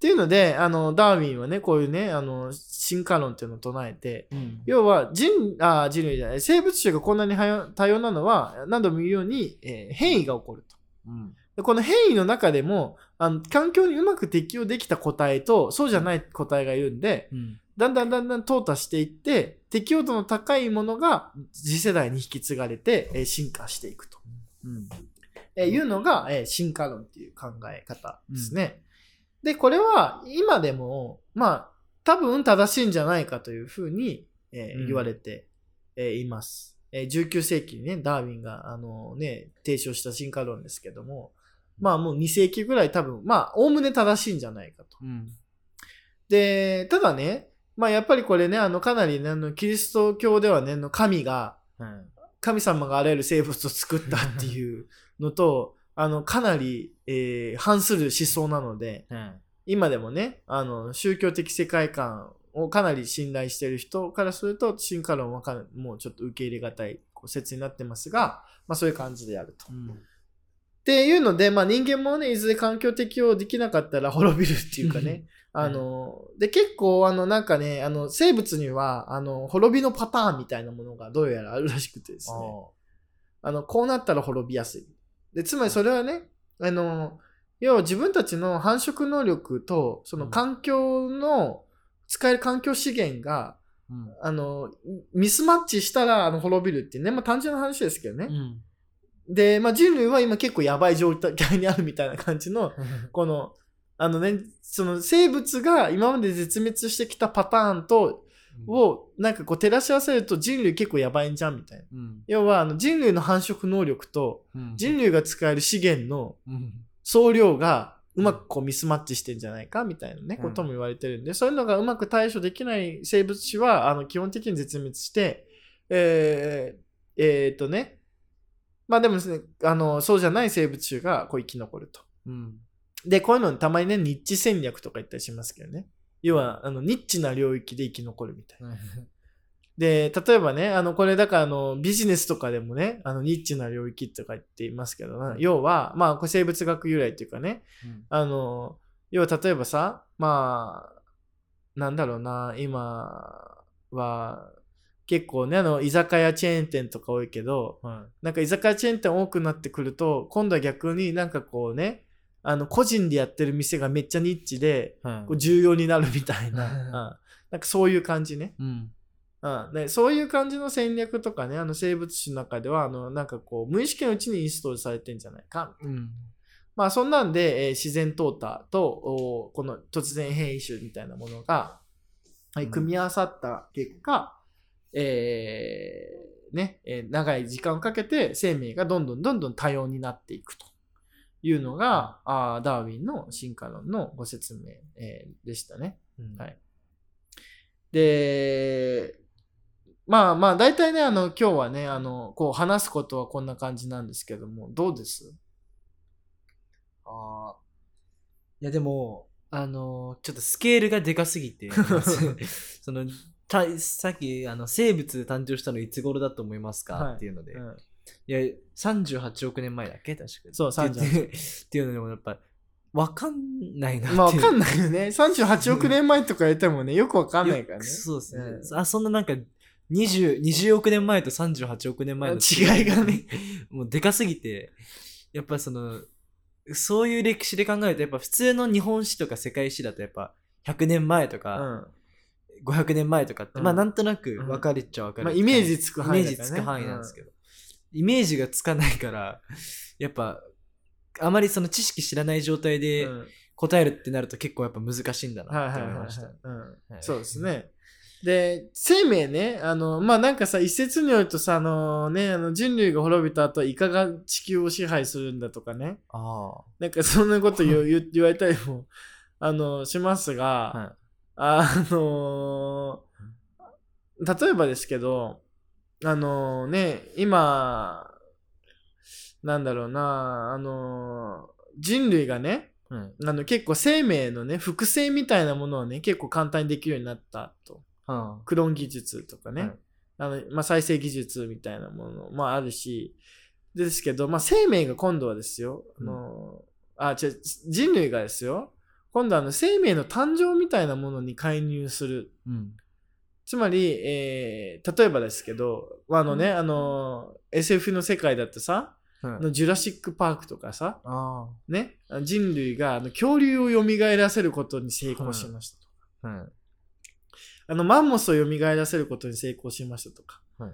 [SPEAKER 3] ていうので、あの、ダーウィンはね、こういうね、あの、進化論っていうのを唱えて、
[SPEAKER 2] うん
[SPEAKER 3] 要は人あ人類じゃない生物種がこんなに多様多様なのは何度も言うように、えー変異が起こると
[SPEAKER 2] うん。
[SPEAKER 3] でこの変異の中でもあの環境にうまく適応できた個体とそうじゃない個体がいるんで
[SPEAKER 2] うん。
[SPEAKER 3] だんだんだんだん淘汰していって適応度の高いものが次世代に引き継がれて、えー進化していくと、
[SPEAKER 2] うん。
[SPEAKER 3] えーいうのが、えー進化論っていう考え方ですね、でこれは今でもまあ多分正しいんじゃないかというふうに、えー
[SPEAKER 2] うん
[SPEAKER 3] 言われて、えーいます。えー19世紀にね、ダーウィンが、あのね、提唱した進化論ですけども、まあもう2世紀ぐらい多分、まあ、おおむね正しいんじゃないかと。
[SPEAKER 2] うん。
[SPEAKER 3] で、ただね、まあやっぱりこれね、あの、かなりね、あの、キリスト教ではね、あの神が、
[SPEAKER 2] はい。
[SPEAKER 3] 神様があらゆる生物を作ったっていうのと、あの、かなり、えー反する思想なので、
[SPEAKER 2] はい。
[SPEAKER 3] 今でもねあの宗教的世界観をかなり信頼している人からすると進化論はかなもうちょっと受け入れがたいこう説になってますが、まあ、そういう感じでやると。
[SPEAKER 2] うん。
[SPEAKER 3] っていうので、まあ、人間もねいずれ環境適応できなかったら 滅びるっていうかねあので結構あのなんかねあの生物にはあの滅びのパターンみたいなものがどうやらあるらしくてですねあの、こうなったら滅びやすい。で、つまりそれはね、あの、要は自分たちの繁殖能力と、その
[SPEAKER 2] うん
[SPEAKER 3] 環境の、使える環境資源が、
[SPEAKER 2] うん。
[SPEAKER 3] あの、ミスマッチしたら、あの、滅びるっていうね、まあ単純な話ですけどね。
[SPEAKER 2] うん。
[SPEAKER 3] で、まあ人類は今結構やばい状態にあるみたいな感じの、 この、あのね、その生物が今まで絶滅してきたパターンと、を、なんかこう照らし合わせると人類結構やばいんじゃんみたいな。
[SPEAKER 2] うん。
[SPEAKER 3] 要は、あの人類の繁殖能力と、
[SPEAKER 2] うん。
[SPEAKER 3] 人類が使える資源の
[SPEAKER 2] うん。
[SPEAKER 3] 総量がうまくこうミスマッチしてんじゃないかみたいなね、
[SPEAKER 2] うん
[SPEAKER 3] ことも言われてるんで、そういうのがうまく対処できない生物種は、あの、基本的に絶滅して、えー、えーっとね、まあでもですね、あの、そうじゃない生物種がこう生き残ると。
[SPEAKER 2] うん。
[SPEAKER 3] で、こういうのにたまにね、ニッチ戦略とか言ったりしますけどね。要は、あの、ニッチな領域で生き残るみたいな。で、例えばね、あの、これだから、あの、ビジネスとかでもね、あの、ニッチな領域とか言っていますけどな、
[SPEAKER 2] うん
[SPEAKER 3] 要は、まあ、これ生物学由来っていうかね、
[SPEAKER 2] うん
[SPEAKER 3] あの、要は例えばさ、まあ、なんだろうな、今は、結構ね、あの、居酒屋チェーン店とか多いけど、
[SPEAKER 2] は
[SPEAKER 3] なんか居酒屋チェーン店多くなってくると、今度は逆になんかこうね、あの、個人でやってる店がめっちゃニッチで、
[SPEAKER 2] い。は
[SPEAKER 3] こう重要になるみたい な、
[SPEAKER 2] うん
[SPEAKER 3] うんなんかそういう感じね。
[SPEAKER 2] い。うん。
[SPEAKER 3] うんね、そういう感じの戦略とかね、あの生物種の中では、あのなんかこう、無意識のうちにインストールされてんじゃないか。
[SPEAKER 2] うん。
[SPEAKER 3] まあそんなんで、えー自然淘汰と、おこの突然変異種みたいなものが、はい、
[SPEAKER 2] うん
[SPEAKER 3] 組み合わさった結果、えーね、えー長い時間をかけて生命がどんどんどんどん多様になっていくというのが、あーダーウィンの進化論のご説明、えーでしたね。
[SPEAKER 2] うん
[SPEAKER 3] はいで、まあまあ、大体ね、あの、今日はね、あの、こう、話すことはこんな感じなんですけども、どうです
[SPEAKER 2] ああ。いや、でも、あのーちょっとスケールがでかすぎ て、 その、たさっき、あの、生物誕生したのいつ頃だと思いますか、
[SPEAKER 3] はい
[SPEAKER 2] っていうので、いや、38億年前だっけ確かに。
[SPEAKER 3] そう38
[SPEAKER 2] ってっていうのでも、やっぱ、わかんないなっていう。
[SPEAKER 3] まあ、わかんないよね。38億年前とか言ってもね、よくわかんないからね
[SPEAKER 2] よく。そうですね。
[SPEAKER 3] う
[SPEAKER 2] あ、そんななんか、20, 20億年前と38億年前の
[SPEAKER 3] 違いがね、
[SPEAKER 2] もうでかすぎて、やっぱその、そういう歴史で考えると、やっぱ普通の日本史とか世界史だと、やっぱ100年前と
[SPEAKER 3] う
[SPEAKER 2] か
[SPEAKER 3] ん。
[SPEAKER 2] 500年前とかって、
[SPEAKER 3] うん
[SPEAKER 2] まあなんとなく分かれちゃ分かる、
[SPEAKER 3] まあ、イメージつく
[SPEAKER 2] イ
[SPEAKER 3] 範
[SPEAKER 2] メー
[SPEAKER 3] 囲だ
[SPEAKER 2] ジ
[SPEAKER 3] から
[SPEAKER 2] つ
[SPEAKER 3] ね
[SPEAKER 2] く範囲なんですけど、イメージがつかないからやっぱあまりその知識知らない状態で
[SPEAKER 3] うん
[SPEAKER 2] 答えるってなると結構やっぱ難しいんだ
[SPEAKER 3] はい
[SPEAKER 2] なっ
[SPEAKER 3] は
[SPEAKER 2] て
[SPEAKER 3] い
[SPEAKER 2] 思
[SPEAKER 3] はいいは
[SPEAKER 2] ま
[SPEAKER 3] い
[SPEAKER 2] した、
[SPEAKER 3] うん
[SPEAKER 2] はい
[SPEAKER 3] そうですね。で、生命ね、あの、まあ、なんかさ、一説によるとさ、あのね、あの人類が滅びた後はイカが地球を支配するんだとかね、
[SPEAKER 2] あ
[SPEAKER 3] なんかそんなこと 言う言う言われたりも、あの、しますが、
[SPEAKER 2] あはい
[SPEAKER 3] あの例えばですけど、あのね、今、なんだろうな、あの人類がね、
[SPEAKER 2] うん
[SPEAKER 3] あの結構生命のね複製みたいなものをね結構簡単にできるようになったと
[SPEAKER 2] は
[SPEAKER 3] クローン技術とかね、
[SPEAKER 2] はい
[SPEAKER 3] あのまあ、再生技術みたいなものもあるしですけど、まあ、生命が今度はですよ、あのあ違う人類がですよ今度はあの生命の誕生みたいなものに介入する
[SPEAKER 2] あうん
[SPEAKER 3] つまり、えー例えばですけどまああのね、あの SF の世界だってさあ
[SPEAKER 2] はい
[SPEAKER 3] のジュラシック・パークとかさ、
[SPEAKER 2] あ
[SPEAKER 3] ね、あの人類があの恐竜を蘇らせることに成功しましたと、
[SPEAKER 2] あはい
[SPEAKER 3] あのマンモスを蘇らせることに成功しましたとか、
[SPEAKER 2] はい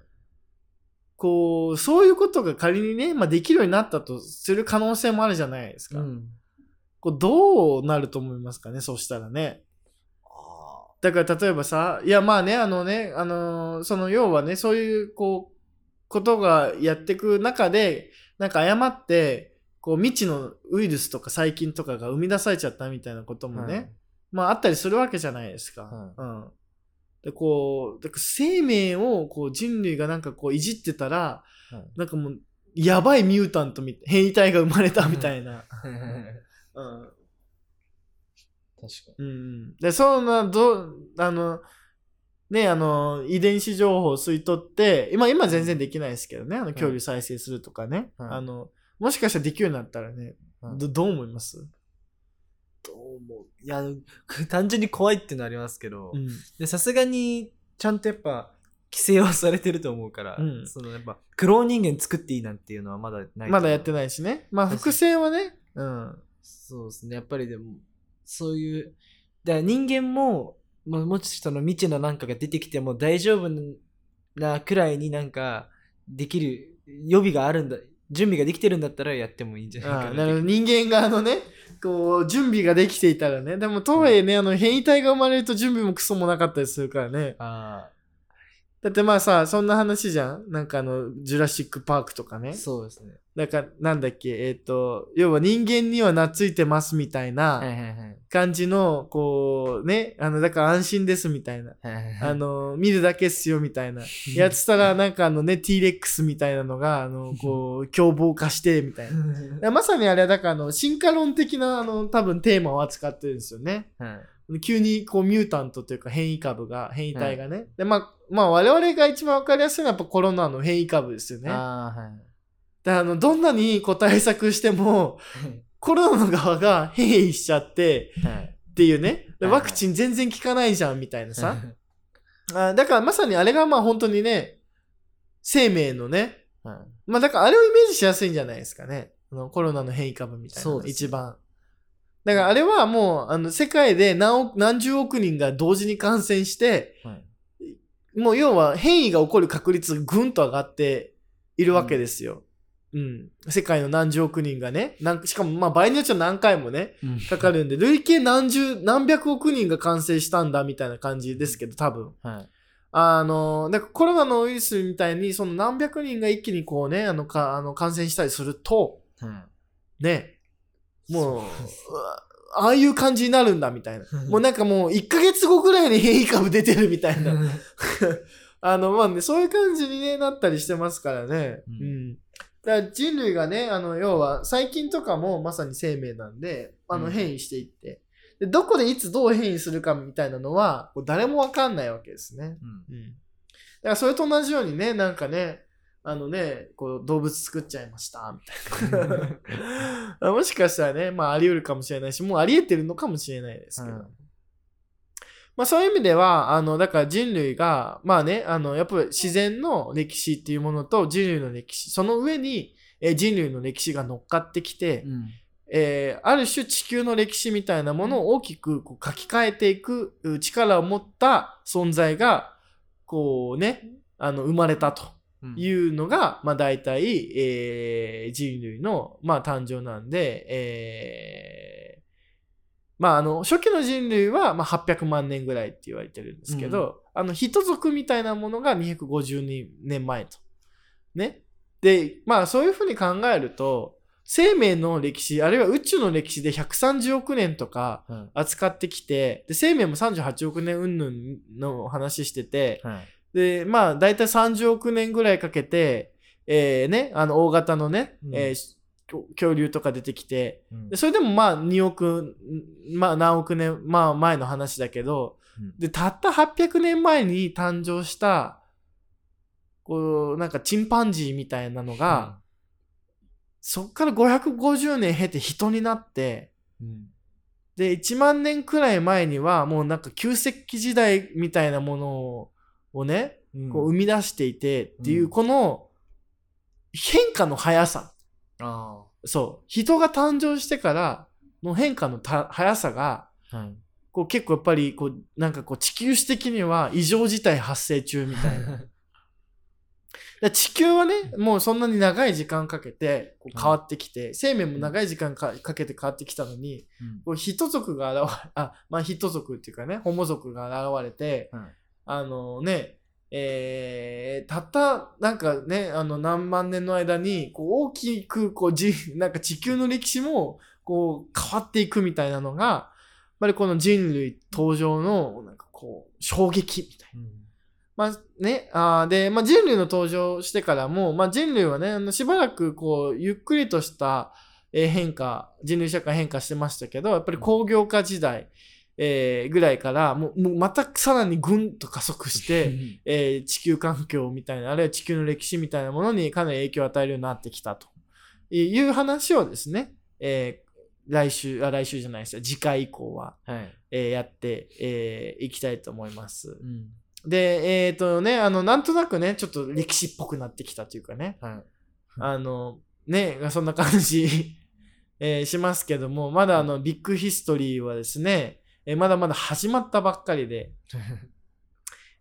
[SPEAKER 3] こうそういうことが仮にね、まあ、できるようになったとする可能性もあるじゃないですか、
[SPEAKER 2] うん
[SPEAKER 3] こうどうなると思いますかねそうしたらね
[SPEAKER 2] あ
[SPEAKER 3] だから例えばさいやまあねあのね、あのーその要はねそういうこうことがやってく中でなんか誤ってこう未知のウイルスとか細菌とかが生み出されちゃったみたいなこと
[SPEAKER 2] あ
[SPEAKER 3] もね、 まああったりするわけじゃないですか。
[SPEAKER 2] はい
[SPEAKER 3] うん。で、こう、だから生命をこう人類がなんかこういじってたら、
[SPEAKER 2] はい
[SPEAKER 3] なんかもう、やばいミュータントみ、変異体が生まれたみたいな。
[SPEAKER 2] はい
[SPEAKER 3] うん。うん
[SPEAKER 2] 確か
[SPEAKER 3] うん。で、そんな、ど、あの、ね、あの、遺伝子情報を吸い取って、今、今全然できないですけどね、あの、恐竜再生するとかね。
[SPEAKER 2] はい
[SPEAKER 3] あの、もしかしたらできるようになったらね、
[SPEAKER 2] はい
[SPEAKER 3] どどう思います
[SPEAKER 2] にどうもいや 単純に怖いっていうのはありますけど、
[SPEAKER 3] ん。
[SPEAKER 2] でさすがにちゃんとやっぱ規制はされてると思うから、
[SPEAKER 3] うん
[SPEAKER 2] そのやっぱクローン人間作っていいなんていうのはまだない
[SPEAKER 3] まだやって
[SPEAKER 2] ない
[SPEAKER 3] ないしね。まあ、複製はね、うん。
[SPEAKER 2] そうですねやっぱりでもそういうだから人間もももしその未知のなんかが出てきても大丈夫なくらいになんかできる予備があるんだ準備ができてるんだったらやってもいいんじゃないか
[SPEAKER 3] あ
[SPEAKER 2] な
[SPEAKER 3] あなるほど人間側のねこう準備ができていたらねでもとはいえね、あの変異体が生まれると準備もクソもなかったりするからね
[SPEAKER 2] あ
[SPEAKER 3] だってまあさそんな話じゃんなんかあの「ジュラシック・パーク」とか
[SPEAKER 2] あ
[SPEAKER 3] ね
[SPEAKER 2] そうですね
[SPEAKER 3] なんかなんだっけえっ、と要は人間には懐いてますみたい
[SPEAKER 2] はい
[SPEAKER 3] な
[SPEAKER 2] はいはい
[SPEAKER 3] 感じのこうねあのだから安心ですみたいな
[SPEAKER 2] はいはい
[SPEAKER 3] あ
[SPEAKER 2] はい
[SPEAKER 3] の見るだけっすよみたい なやってたらなんかあのね T-REX みたいなのがあの こう凶暴化してみたいなだからまさにあれはだからあの進化論的なあの多分テーマを扱ってるんですよね。
[SPEAKER 2] はい
[SPEAKER 3] 急にこうミュータントというか変異株が変異体がね、でまあまあ我々が一番わかりやすいのはやっぱコロナの変異株ですよね。だか
[SPEAKER 2] ああはい
[SPEAKER 3] らあのどんなにこう対策してもコロナの側が変異しちゃって
[SPEAKER 2] はい
[SPEAKER 3] っていうねで
[SPEAKER 2] はいはい
[SPEAKER 3] ワクチン全然効かないじゃんみたいなさあだからまさにあれがまあ本当にね生命のね
[SPEAKER 2] はい
[SPEAKER 3] まあだからあれをイメージしやすいんじゃないですかね。あのコロナの変異株みたいな
[SPEAKER 2] そ
[SPEAKER 3] の、
[SPEAKER 2] うですね
[SPEAKER 3] 一番。だからあれはもうあの世界で何億何十億人が同時に感染して、
[SPEAKER 2] はい
[SPEAKER 3] もう要は変異が起こる確率がぐんと上がっているわけですよ。うん。世界の何十億人がね。なんしかもまあ場合によっちゃ何回もね、
[SPEAKER 2] うん
[SPEAKER 3] かかるんで、累計何十、何百億人が感染したんだみたいな感じですけど、多分。
[SPEAKER 2] はい
[SPEAKER 3] あの、だからコロナのウイルスみたいに、その何百人が一気にこうね、あの、かあの感染したりすると、
[SPEAKER 2] はい
[SPEAKER 3] ね、もう、う
[SPEAKER 2] そ
[SPEAKER 3] わ
[SPEAKER 2] う
[SPEAKER 3] ああいう感じになるんだみたいな。もうなんかもう、1ヶ月後ぐらいに変異株出てるみたいな。 あの、まあね、そういう感じに、ね、なったりしてますからね。う。
[SPEAKER 2] うんん
[SPEAKER 3] だから人類がね、あの、要は、細菌とかもまさに生命なんで、あ
[SPEAKER 2] う
[SPEAKER 3] の、
[SPEAKER 2] ん
[SPEAKER 3] 変異していって。でどこでいつどう変異するかみたいなのは、こう誰もわかんないわけですね。
[SPEAKER 2] うん
[SPEAKER 3] うん。だからそれと同じようにね、なんかね、あのね、こう動物作っちゃいました、みたい な。もしかしたらね、まああり得るかもしれないし、もうあり得てるのかもしれないですけど。
[SPEAKER 2] うん
[SPEAKER 3] まあそういう意味では、あの、だから人類が、まあね、あの、やっぱり自然の歴史っていうものと人類の歴史、その上に、えー人類の歴史が乗っかってきて、
[SPEAKER 2] うん
[SPEAKER 3] えーある種地球の歴史みたいなものを大きくこう書き換えていくう力を持った存在が、こうね、あの、生まれたというのが、まあ大体、えー人類の、まあ誕生なんで、えーまああの、初期の人類は、まあ800万年ぐらいって言われてるんですけど、あの、人族みたいなものが250年前と。ね。で、まあそういうふうに考えると、生命の歴史、あるいは宇宙の歴史で130億年とか
[SPEAKER 2] うん
[SPEAKER 3] 扱ってきて、で生命も38億年云々の話してて、
[SPEAKER 2] はい
[SPEAKER 3] で、まあ、だいたい30億年ぐらいかけて、えーね、あの、大型のね、
[SPEAKER 2] うん
[SPEAKER 3] えーし恐竜とか出てきて、
[SPEAKER 2] うん
[SPEAKER 3] でそれでもまあ、2億、んまあ、何億年、まあ、前の話だけど、
[SPEAKER 2] うん
[SPEAKER 3] で、たった800年前に誕生した、こう、なんかチンパンジーみたいなのが、そっから550年経て人になって、
[SPEAKER 2] うん
[SPEAKER 3] で、1万年くらい前には、もうなんか旧石器時代みたいなものををね、
[SPEAKER 2] うん
[SPEAKER 3] こう生み出していてっていうう、
[SPEAKER 2] ん
[SPEAKER 3] この変化の速さ。
[SPEAKER 2] あ
[SPEAKER 3] そう。人が誕生してからの変化のた速さが、
[SPEAKER 2] あはい
[SPEAKER 3] こう結構やっぱり、こう、なんかこう地球史的には異常事態発生中みたいな。だから地球はね、もうそんなに長い時間かけてこう変わってきて、生命も長い時間かかけて変わってきたのに、
[SPEAKER 2] うん
[SPEAKER 3] こう人族が現れ、 あ、まあ人族っていうかね、ホモ族が現れて、
[SPEAKER 2] うん
[SPEAKER 3] あのね、えーたったなんかね、あの何万年の間に、こう大きく、こうじ、 なんか地球の歴史も、こう変わっていくみたいなのが、やっぱりこの人類登場の、なんかこう、衝撃みたいな。
[SPEAKER 2] うん
[SPEAKER 3] まあね、あーで、まあ、人類の登場してからも、まあ、人類はね、あのしばらくこう、ゆっくりとしたえー変化、人類社会変化してましたけど、やっぱり工業化時代、えーぐらいから、もう、もうまたさらにぐんと加 速して、えー地球環境みたいな、あるいは地球の歴史みたいなものにかなり影響を与えるようになってきたという話をですね、えー来週、あ、来週じゃないですよ、次回以降は、
[SPEAKER 2] はい
[SPEAKER 3] えーやって、えーいきたいと思います。
[SPEAKER 2] うん
[SPEAKER 3] で、えっ、とね、あの、なんとなくね、ちょっと歴史っぽくなってきたというかね、
[SPEAKER 2] はい
[SPEAKER 3] あの、ね、そんな感じ、 えーしますけども、まだあの、ビッグヒストリーはですね、えーまだまだ始まったばっか りで、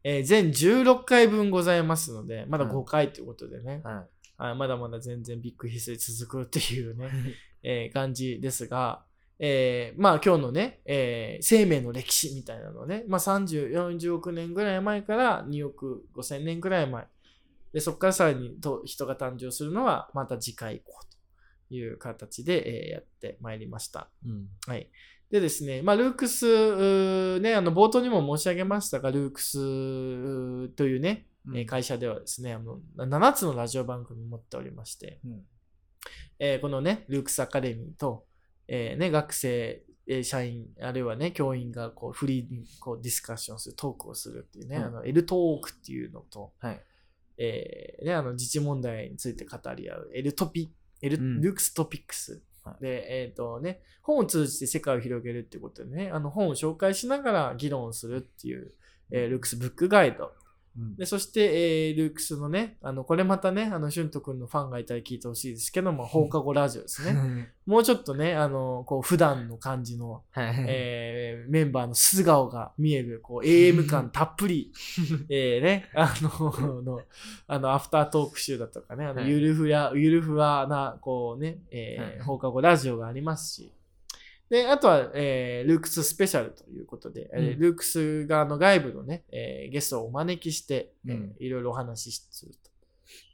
[SPEAKER 3] えー全16回分ございますので、まだ5回ということでね、
[SPEAKER 2] は
[SPEAKER 3] あまだまだ全然ビッグヒストリー続くっていうね、
[SPEAKER 2] い
[SPEAKER 3] えー感じですが、えーまあ今日のね、えー生命の歴史みたいなのをね、まあ30、40億年ぐらい前から2億5千年ぐらい前。で、そこからさらにと人が誕生するのはまた次回以降という形で、えーやってまいりました。
[SPEAKER 2] うん
[SPEAKER 3] はい。でですね、まあ、ルークス、うーね、あの、冒頭にも申し上げましたが、ルークスうーというね、えー会社ではですね、あの、7つのラジオ番組を持っておりまして、
[SPEAKER 2] うん
[SPEAKER 3] えーこのね、ルークスアカデミーと、えーね、学生、えー社員、あるいはね、教員がこうフリーにこうディスカッションする、トークをするっていうね、
[SPEAKER 2] うん
[SPEAKER 3] あの、L トークっていうのと、
[SPEAKER 2] はい
[SPEAKER 3] えーね、あの、自治問題について語り合う、L トピ、L、
[SPEAKER 2] うん
[SPEAKER 3] ルークストピックス。
[SPEAKER 2] はい
[SPEAKER 3] で、えっ、とね、本を通じて世界を広げるってことでね、あの本を紹介しながら議論をするっていう、えールークスブックガイド。
[SPEAKER 2] うん
[SPEAKER 3] で、そして、えールークスのね、あの、これまたね、あの、シュント君のファンがいたら聞いてほしいですけども、放課後ラジオですね。もうちょっとね、あの、こう、普段の感じの、
[SPEAKER 2] はい
[SPEAKER 3] えーメンバーの素顔が見える、こう、AM 感たっぷり、 えーね、あの、の、あの、アフタートーク集だとかね、あの、
[SPEAKER 2] はい
[SPEAKER 3] ゆるふや、ゆるふわな、こうね、えー
[SPEAKER 2] はい
[SPEAKER 3] 放課後ラジオがありますし、で、あとは、えールークススペシャルということで、えー
[SPEAKER 2] うん
[SPEAKER 3] ルークス側の外部のね、えーゲストをお招きして、えー
[SPEAKER 2] うん
[SPEAKER 3] いろいろお話しすると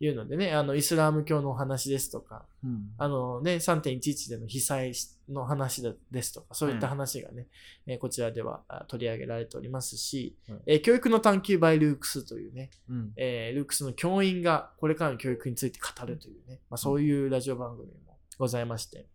[SPEAKER 3] いうのでね、あの、イスラム教のお話ですとか、
[SPEAKER 2] うん
[SPEAKER 3] あのね、3.11での被災の話だですとか、そういった話がね、えーこちらではあ取り上げられておりますし、
[SPEAKER 2] うん
[SPEAKER 3] えー教育の探求 by ルークスというね、
[SPEAKER 2] うん
[SPEAKER 3] えールークスの教員がこれからの教育について語るというね、まあ、そういうラジオ番組もございまして、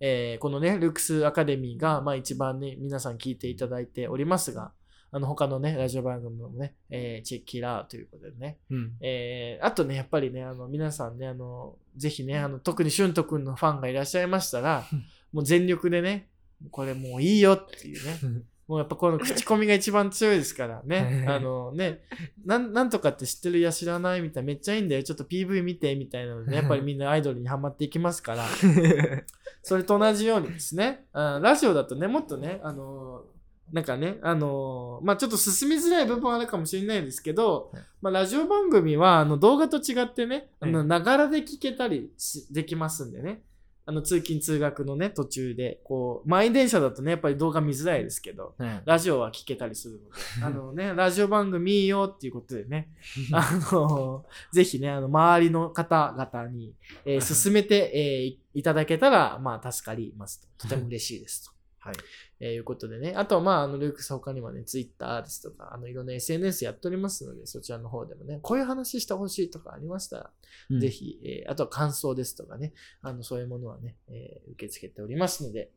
[SPEAKER 3] えーこのね、ルークスアカデミーが、まあ、一番ね、皆さん聞いていただいておりますが、あの他のね、ラジオ番組もね、えーチェッキラーということでね、
[SPEAKER 2] うん
[SPEAKER 3] えーあとね、やっぱりね、あの、皆さんね、あの、ぜひね、あの、特に俊斗くんのファンがいらっしゃいましたら
[SPEAKER 2] うん、。
[SPEAKER 3] もう全力でね、これもういいよっていうね、もうやっぱこの口コミが一番強いですからねあのね、なんなんとかって知ってるいや知らないみたいな、めっちゃいいんだよ、ちょっと PV 見てみたいなので、ね、やっぱりみんなアイドルにハマっていきますから、 それと同じようにですね、あラジオだとね、もっとね、あのなんかね、あのまあちょっと進みづらい部分はあるかもしれないですけど、
[SPEAKER 2] はい
[SPEAKER 3] まあラジオ番組はあの動画と違ってね、あ
[SPEAKER 2] は
[SPEAKER 3] の
[SPEAKER 2] い
[SPEAKER 3] ながらで聞けたりしできますんでね、あの通勤通学のね、途中で、こう、満員電車だとね、やっぱり動画見づらいですけど、
[SPEAKER 2] うん
[SPEAKER 3] ラジオは聞けたりするので、あのね、ラジオ番組いいよっていうことでね、あのぜひね、あの、周りの方々に、えー進めて、えーいいただけたら、まあ、助かりますと。とても嬉しいですと。
[SPEAKER 2] はい。
[SPEAKER 3] えーいうことでね。あとは、まあ、あの、ルークス他にはね、ツイッターですとか、あの、いろんな SNS やっておりますので、そちらの方でもね、こういう話してほしいとかありましたら、ぜひ、えーあとは感想ですとかね、あの、そういうものはね、えー受け付けておりますので、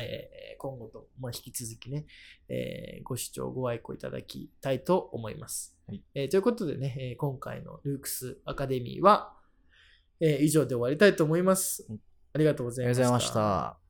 [SPEAKER 3] えー今後とも引き続きね、えーご視聴、ご愛顧いただきたいと思います。
[SPEAKER 2] はい
[SPEAKER 3] えーということでね、えー今回のルークスアカデミーは、えー以上で終わりたいと思います
[SPEAKER 2] はい。
[SPEAKER 3] ありがとうご
[SPEAKER 2] あ
[SPEAKER 3] ざ
[SPEAKER 2] りが
[SPEAKER 3] い
[SPEAKER 2] とうご
[SPEAKER 3] ま
[SPEAKER 2] ざいま
[SPEAKER 3] し。
[SPEAKER 2] したた。